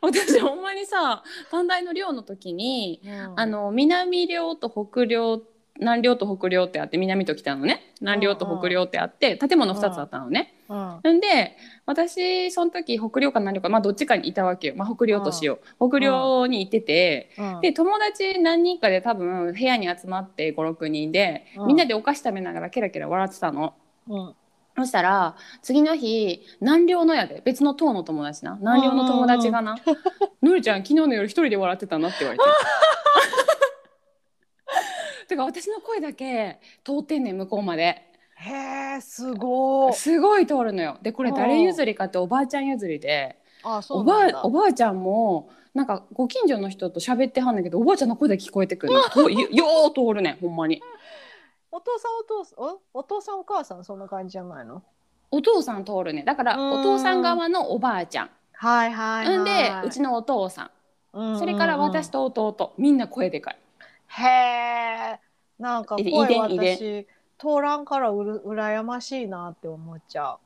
Speaker 1: 私ほんまにさ短大の寮の時に、あの南寮と北寮南稜と北稜ってあって南と北のね南稜と北稜ってあって建物2つあったのね。
Speaker 2: うん
Speaker 1: んで私その時北稜か何か、まあ、どっちかにいたわけよ、まあ、北稜としよう北稜にいてて
Speaker 2: うん
Speaker 1: で友達何人かで多分部屋に集まって56人で
Speaker 2: うん
Speaker 1: みんなでお菓子食べながらケラケラ笑ってたの。
Speaker 2: うん
Speaker 1: そしたら次の日南稜のやで別の党の友達な南稜の友達がな「のりちゃん昨日の夜一人で笑ってたな」って言われて。 てか私の声だけ通ってんねん向こうまで
Speaker 2: へえすごい
Speaker 1: すごい通るのよでこれ誰譲りかっておばあちゃん譲りで
Speaker 2: あそ
Speaker 1: お
Speaker 2: うな
Speaker 1: ば
Speaker 2: んだ
Speaker 1: あおばあちゃんもなんかご近所の人と喋ってはんねんけどおばあちゃんの声だけ聞こえてくるのとよよう通るねんほんまに
Speaker 2: お父さんお父さんおお父さんお母さんそんな感じじゃないの
Speaker 1: お父さん通るねんだからお父さん側のおばあちゃん
Speaker 2: はいは
Speaker 1: んでうちのお父さんそれから私
Speaker 2: と
Speaker 1: と弟、みんな声でかい。
Speaker 2: へえなんか
Speaker 1: 遺伝
Speaker 2: 声
Speaker 1: 遺
Speaker 2: 私通らんからうる羨ましいなって思っちゃう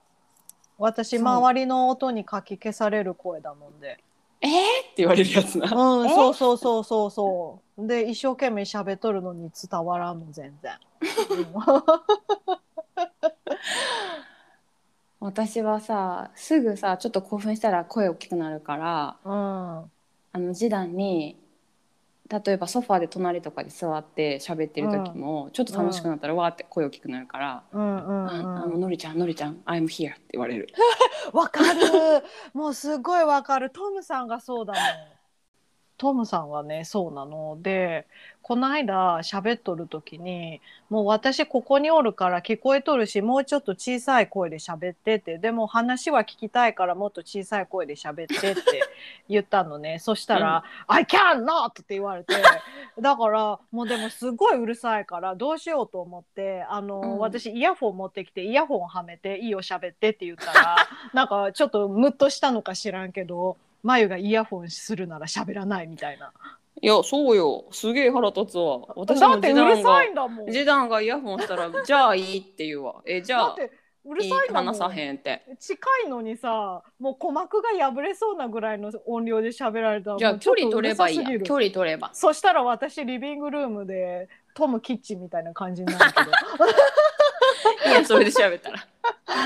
Speaker 2: 私
Speaker 1: そう
Speaker 2: 周りの音にかき消される声だもんで
Speaker 1: えー、って言われるやつな。
Speaker 2: うん
Speaker 3: え
Speaker 2: そうそうそうそうそうで一生懸命喋っとるのに伝わらんの全 然、
Speaker 1: 私はさ、すぐさ、ちょっと興奮したら声大きくなるから、
Speaker 2: うん、うん
Speaker 1: あの示談に。例えばソファーで隣とかで座って喋ってる時も、ちょっと楽しくなったらわーって声大きくなるから「
Speaker 2: うん
Speaker 1: ああ
Speaker 2: う
Speaker 1: の
Speaker 2: ん
Speaker 1: のりちゃんのりちゃん I'm here」って言われる
Speaker 2: わかる もうすごいわかるトムさんがそうだもんトムさんはねそうなのでこの間喋っとる時にもう私ここにおるから聞こえとるしもうちょっと小さい声で喋ってってでも話は聞きたいからもっと小さい声で喋ってって言ったのねそしたら「I can not!」って言われてだからもうでもすごいうるさいからどうしようと思ってあの、
Speaker 1: うん
Speaker 2: 私イヤホン持ってきてイヤホンはめて「いいよ喋って」って言ったら なんかちょっとムッとしたのか知らんけど眉がイヤホンするなら喋らないみたいな。
Speaker 1: いやそうよすげえ腹立つわ
Speaker 2: だってうるさいんだもん。だ
Speaker 1: 談がイヤホンしたら「 じゃあいい」って言うわ「えじ
Speaker 2: ってうるさいんだも
Speaker 1: ん」
Speaker 2: ん。
Speaker 1: って
Speaker 2: 近いのにさもう鼓膜が破れそうなぐらいの音量で喋られたらもうちょっとうるさすぎる
Speaker 1: 離取れば
Speaker 2: そしたら私リビングルームでトムキッチンみたいな感じになるけど
Speaker 1: いやそれで調べたら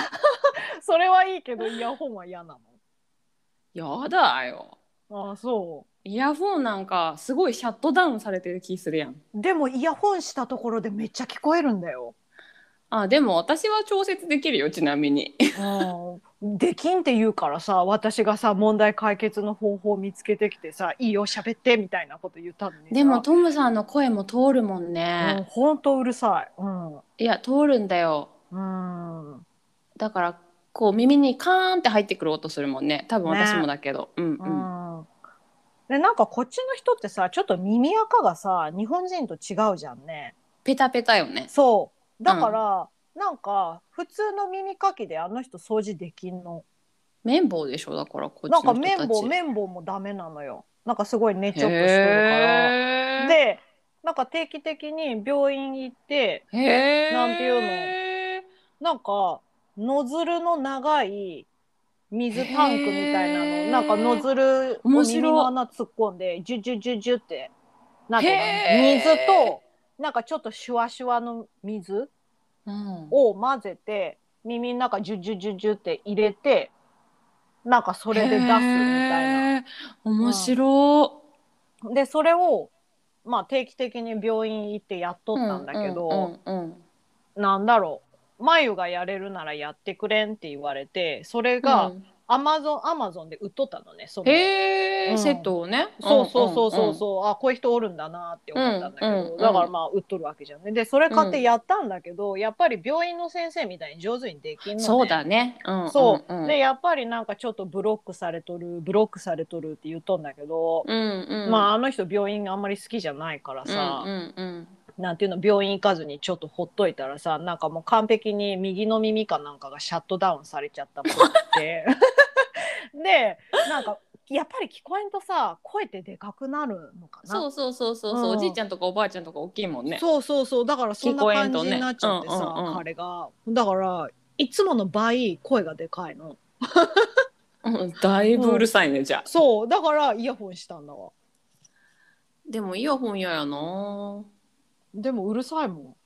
Speaker 2: それはいいけどイヤホンは嫌な
Speaker 1: やだよ
Speaker 2: のああそ
Speaker 1: イヤホンなんかすごいシャットダウンされてる気するやん
Speaker 2: うでもイヤホンしたところでめっちゃ聞こえるんだ よ、
Speaker 1: あでも私は調節できるよちなみに
Speaker 2: うん、できんって言うからさ私がさ問題解決の方法を見つけてきてさいいよ喋ってみたいなこと言ったのに さ
Speaker 1: でもトムさんの声も通るもん
Speaker 2: うん
Speaker 1: ね、
Speaker 2: ほんとうるさいうん
Speaker 1: いや通るんだよ
Speaker 2: うん
Speaker 1: だからこう耳にカーンって入ってくる音するもんね多分私
Speaker 2: ね
Speaker 1: もだけど、うん
Speaker 2: う
Speaker 1: うん
Speaker 2: んでなんかこっちの人ってさちょっと耳垢がさ日本人と違うじゃんね。
Speaker 1: ペタペタよね
Speaker 2: そうだから、なんか普通の耳かきであの人掃除できんの
Speaker 1: 綿棒でしょだからこっち
Speaker 2: なんか
Speaker 1: の人たち
Speaker 2: 綿棒綿棒もダメなのよなんかすごいネチョッとしとるか
Speaker 1: へ
Speaker 2: ら
Speaker 1: ー
Speaker 2: でなんか定期的に病院行って
Speaker 1: へー
Speaker 2: なんていうなんかノズルの長い水タンクみたいな
Speaker 1: へ
Speaker 2: の
Speaker 1: ー
Speaker 2: なんかノズルを
Speaker 1: 面
Speaker 2: 耳
Speaker 1: 白い
Speaker 2: の穴突っ込んでジュジュジュジュってなんて
Speaker 1: へ
Speaker 2: いう
Speaker 1: ー
Speaker 2: の水となんかちょっとシュワシュワの水
Speaker 1: うん
Speaker 2: を混ぜて耳の中ジュジュジュジュって入れてなんかそれで出すみたい
Speaker 1: へー面白
Speaker 2: な。でそれをまあ定期的に病院行ってやっと
Speaker 1: い
Speaker 2: ったんだけど、
Speaker 1: うんうんうんうん
Speaker 2: なんだろう眉がやれるならやってくれんって言われてそれが
Speaker 1: うん
Speaker 2: アマゾンアマゾンで売っとったのねその
Speaker 1: へえ、
Speaker 2: うん
Speaker 1: セットをね
Speaker 2: そうそうそうそうそう、あこういう人おるんだなって思ったんだけど、
Speaker 1: うんうん
Speaker 2: だからまあ売っとるわけじゃんねでそれ買ってやったんだけど、やっぱり病院の先生みたいに上手にできんの、
Speaker 1: ん
Speaker 2: ね、
Speaker 1: そうだね、うんんん
Speaker 2: そう、
Speaker 1: うん
Speaker 2: でやっぱりなんかちょっとブロックされとるブロックされとるって言っとんだけど、
Speaker 1: うんうん、
Speaker 2: まああの人病院があんまり好きじゃないからさ、
Speaker 1: うんうん
Speaker 2: なんていうの病院行かずにちょっとほっといたらさなんかもう完璧に右の耳かなんかがシャットダウンされちゃったもん ででなんかやっぱり聞こえんとさ声ってでかくなるのかな
Speaker 1: そうそうそうそうそう、
Speaker 2: う
Speaker 1: お
Speaker 2: ん
Speaker 1: じいちゃんとかおばあちゃんとか大きいもんね
Speaker 2: そうそうそうだからそんな
Speaker 1: 聞こえん
Speaker 2: 感
Speaker 1: と
Speaker 2: じ
Speaker 1: ね
Speaker 2: になっちゃってさ、
Speaker 1: うんうんうん
Speaker 2: 彼がだからいつもの倍声がでかいの
Speaker 1: うんだいぶうるさいね、じゃあ
Speaker 2: そうだからイヤホンしたんだわ
Speaker 1: でもイヤホン嫌やな
Speaker 2: でもうるさいもん。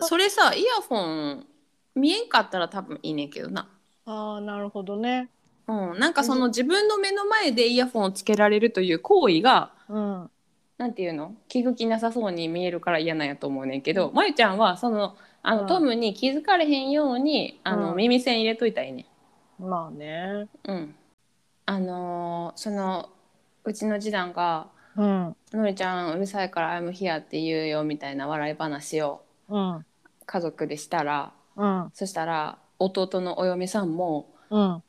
Speaker 1: それさイヤホン見えんかったら多分いいねんけどな。
Speaker 2: ああ、なるほどね。
Speaker 1: うん、なんかその自分の目の前でイヤホンをつけられるという行為が
Speaker 2: うん。
Speaker 1: なんていうの気づきなさそうに見えるから嫌なんやと思うねんけど、まゆちゃんはそのあの、
Speaker 2: うん
Speaker 1: トムに気づかれへんようにあの、
Speaker 2: うん
Speaker 1: 耳栓入れといたらいいね
Speaker 2: まあね。
Speaker 1: ん。うん、あのーそのうちの次男が
Speaker 2: うん。
Speaker 1: 「のりちゃんうるさいから I'm here」って言うよみたいな笑い話を
Speaker 2: うん。
Speaker 1: 家族でしたら
Speaker 2: うん。
Speaker 1: そしたら弟のお嫁さんも
Speaker 2: うん。
Speaker 1: 「う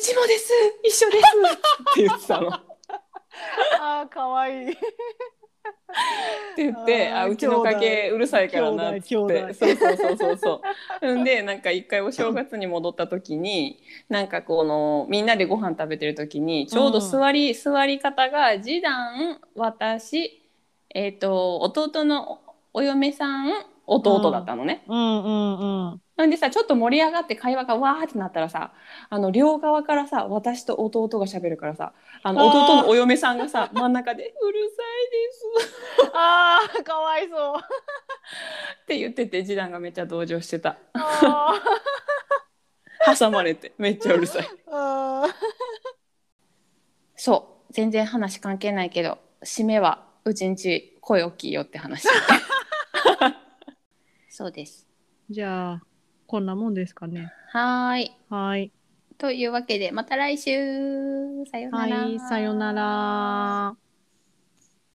Speaker 1: ちもです一緒です」 って言ってたの。っ
Speaker 2: ああ、可愛い。
Speaker 1: て言って「あ
Speaker 2: あー
Speaker 1: うちの家系うるさいからな」って
Speaker 2: 兄弟兄弟
Speaker 1: そうそうそうそうそう。んでなんか一回お正月に戻った時になんかこのみんなでご飯食べてる時にちょうど座り、座り方が次男私えっ、と弟のお嫁さん弟だったのね。
Speaker 2: うんうんうん。
Speaker 1: なんでさちょっと盛り上がって会話がわーってなったらさあの両側からさ私と弟が喋るからさあの
Speaker 2: あー
Speaker 1: 弟のお嫁さんがさ真ん中で「うるさいです
Speaker 2: ああ、かわいそう。」
Speaker 1: って言ってて次男がめっちゃ同情してた
Speaker 2: あ
Speaker 1: 挟まれてめっちゃうるさい。
Speaker 2: あ。
Speaker 1: そう全然話関係ないけど締めはうちんち声大きいよって 話そうです
Speaker 2: じゃあ、こんなもんですかね。
Speaker 1: はーい
Speaker 2: はい。
Speaker 1: というわけでまた来週さようなら
Speaker 2: はい、さよなら。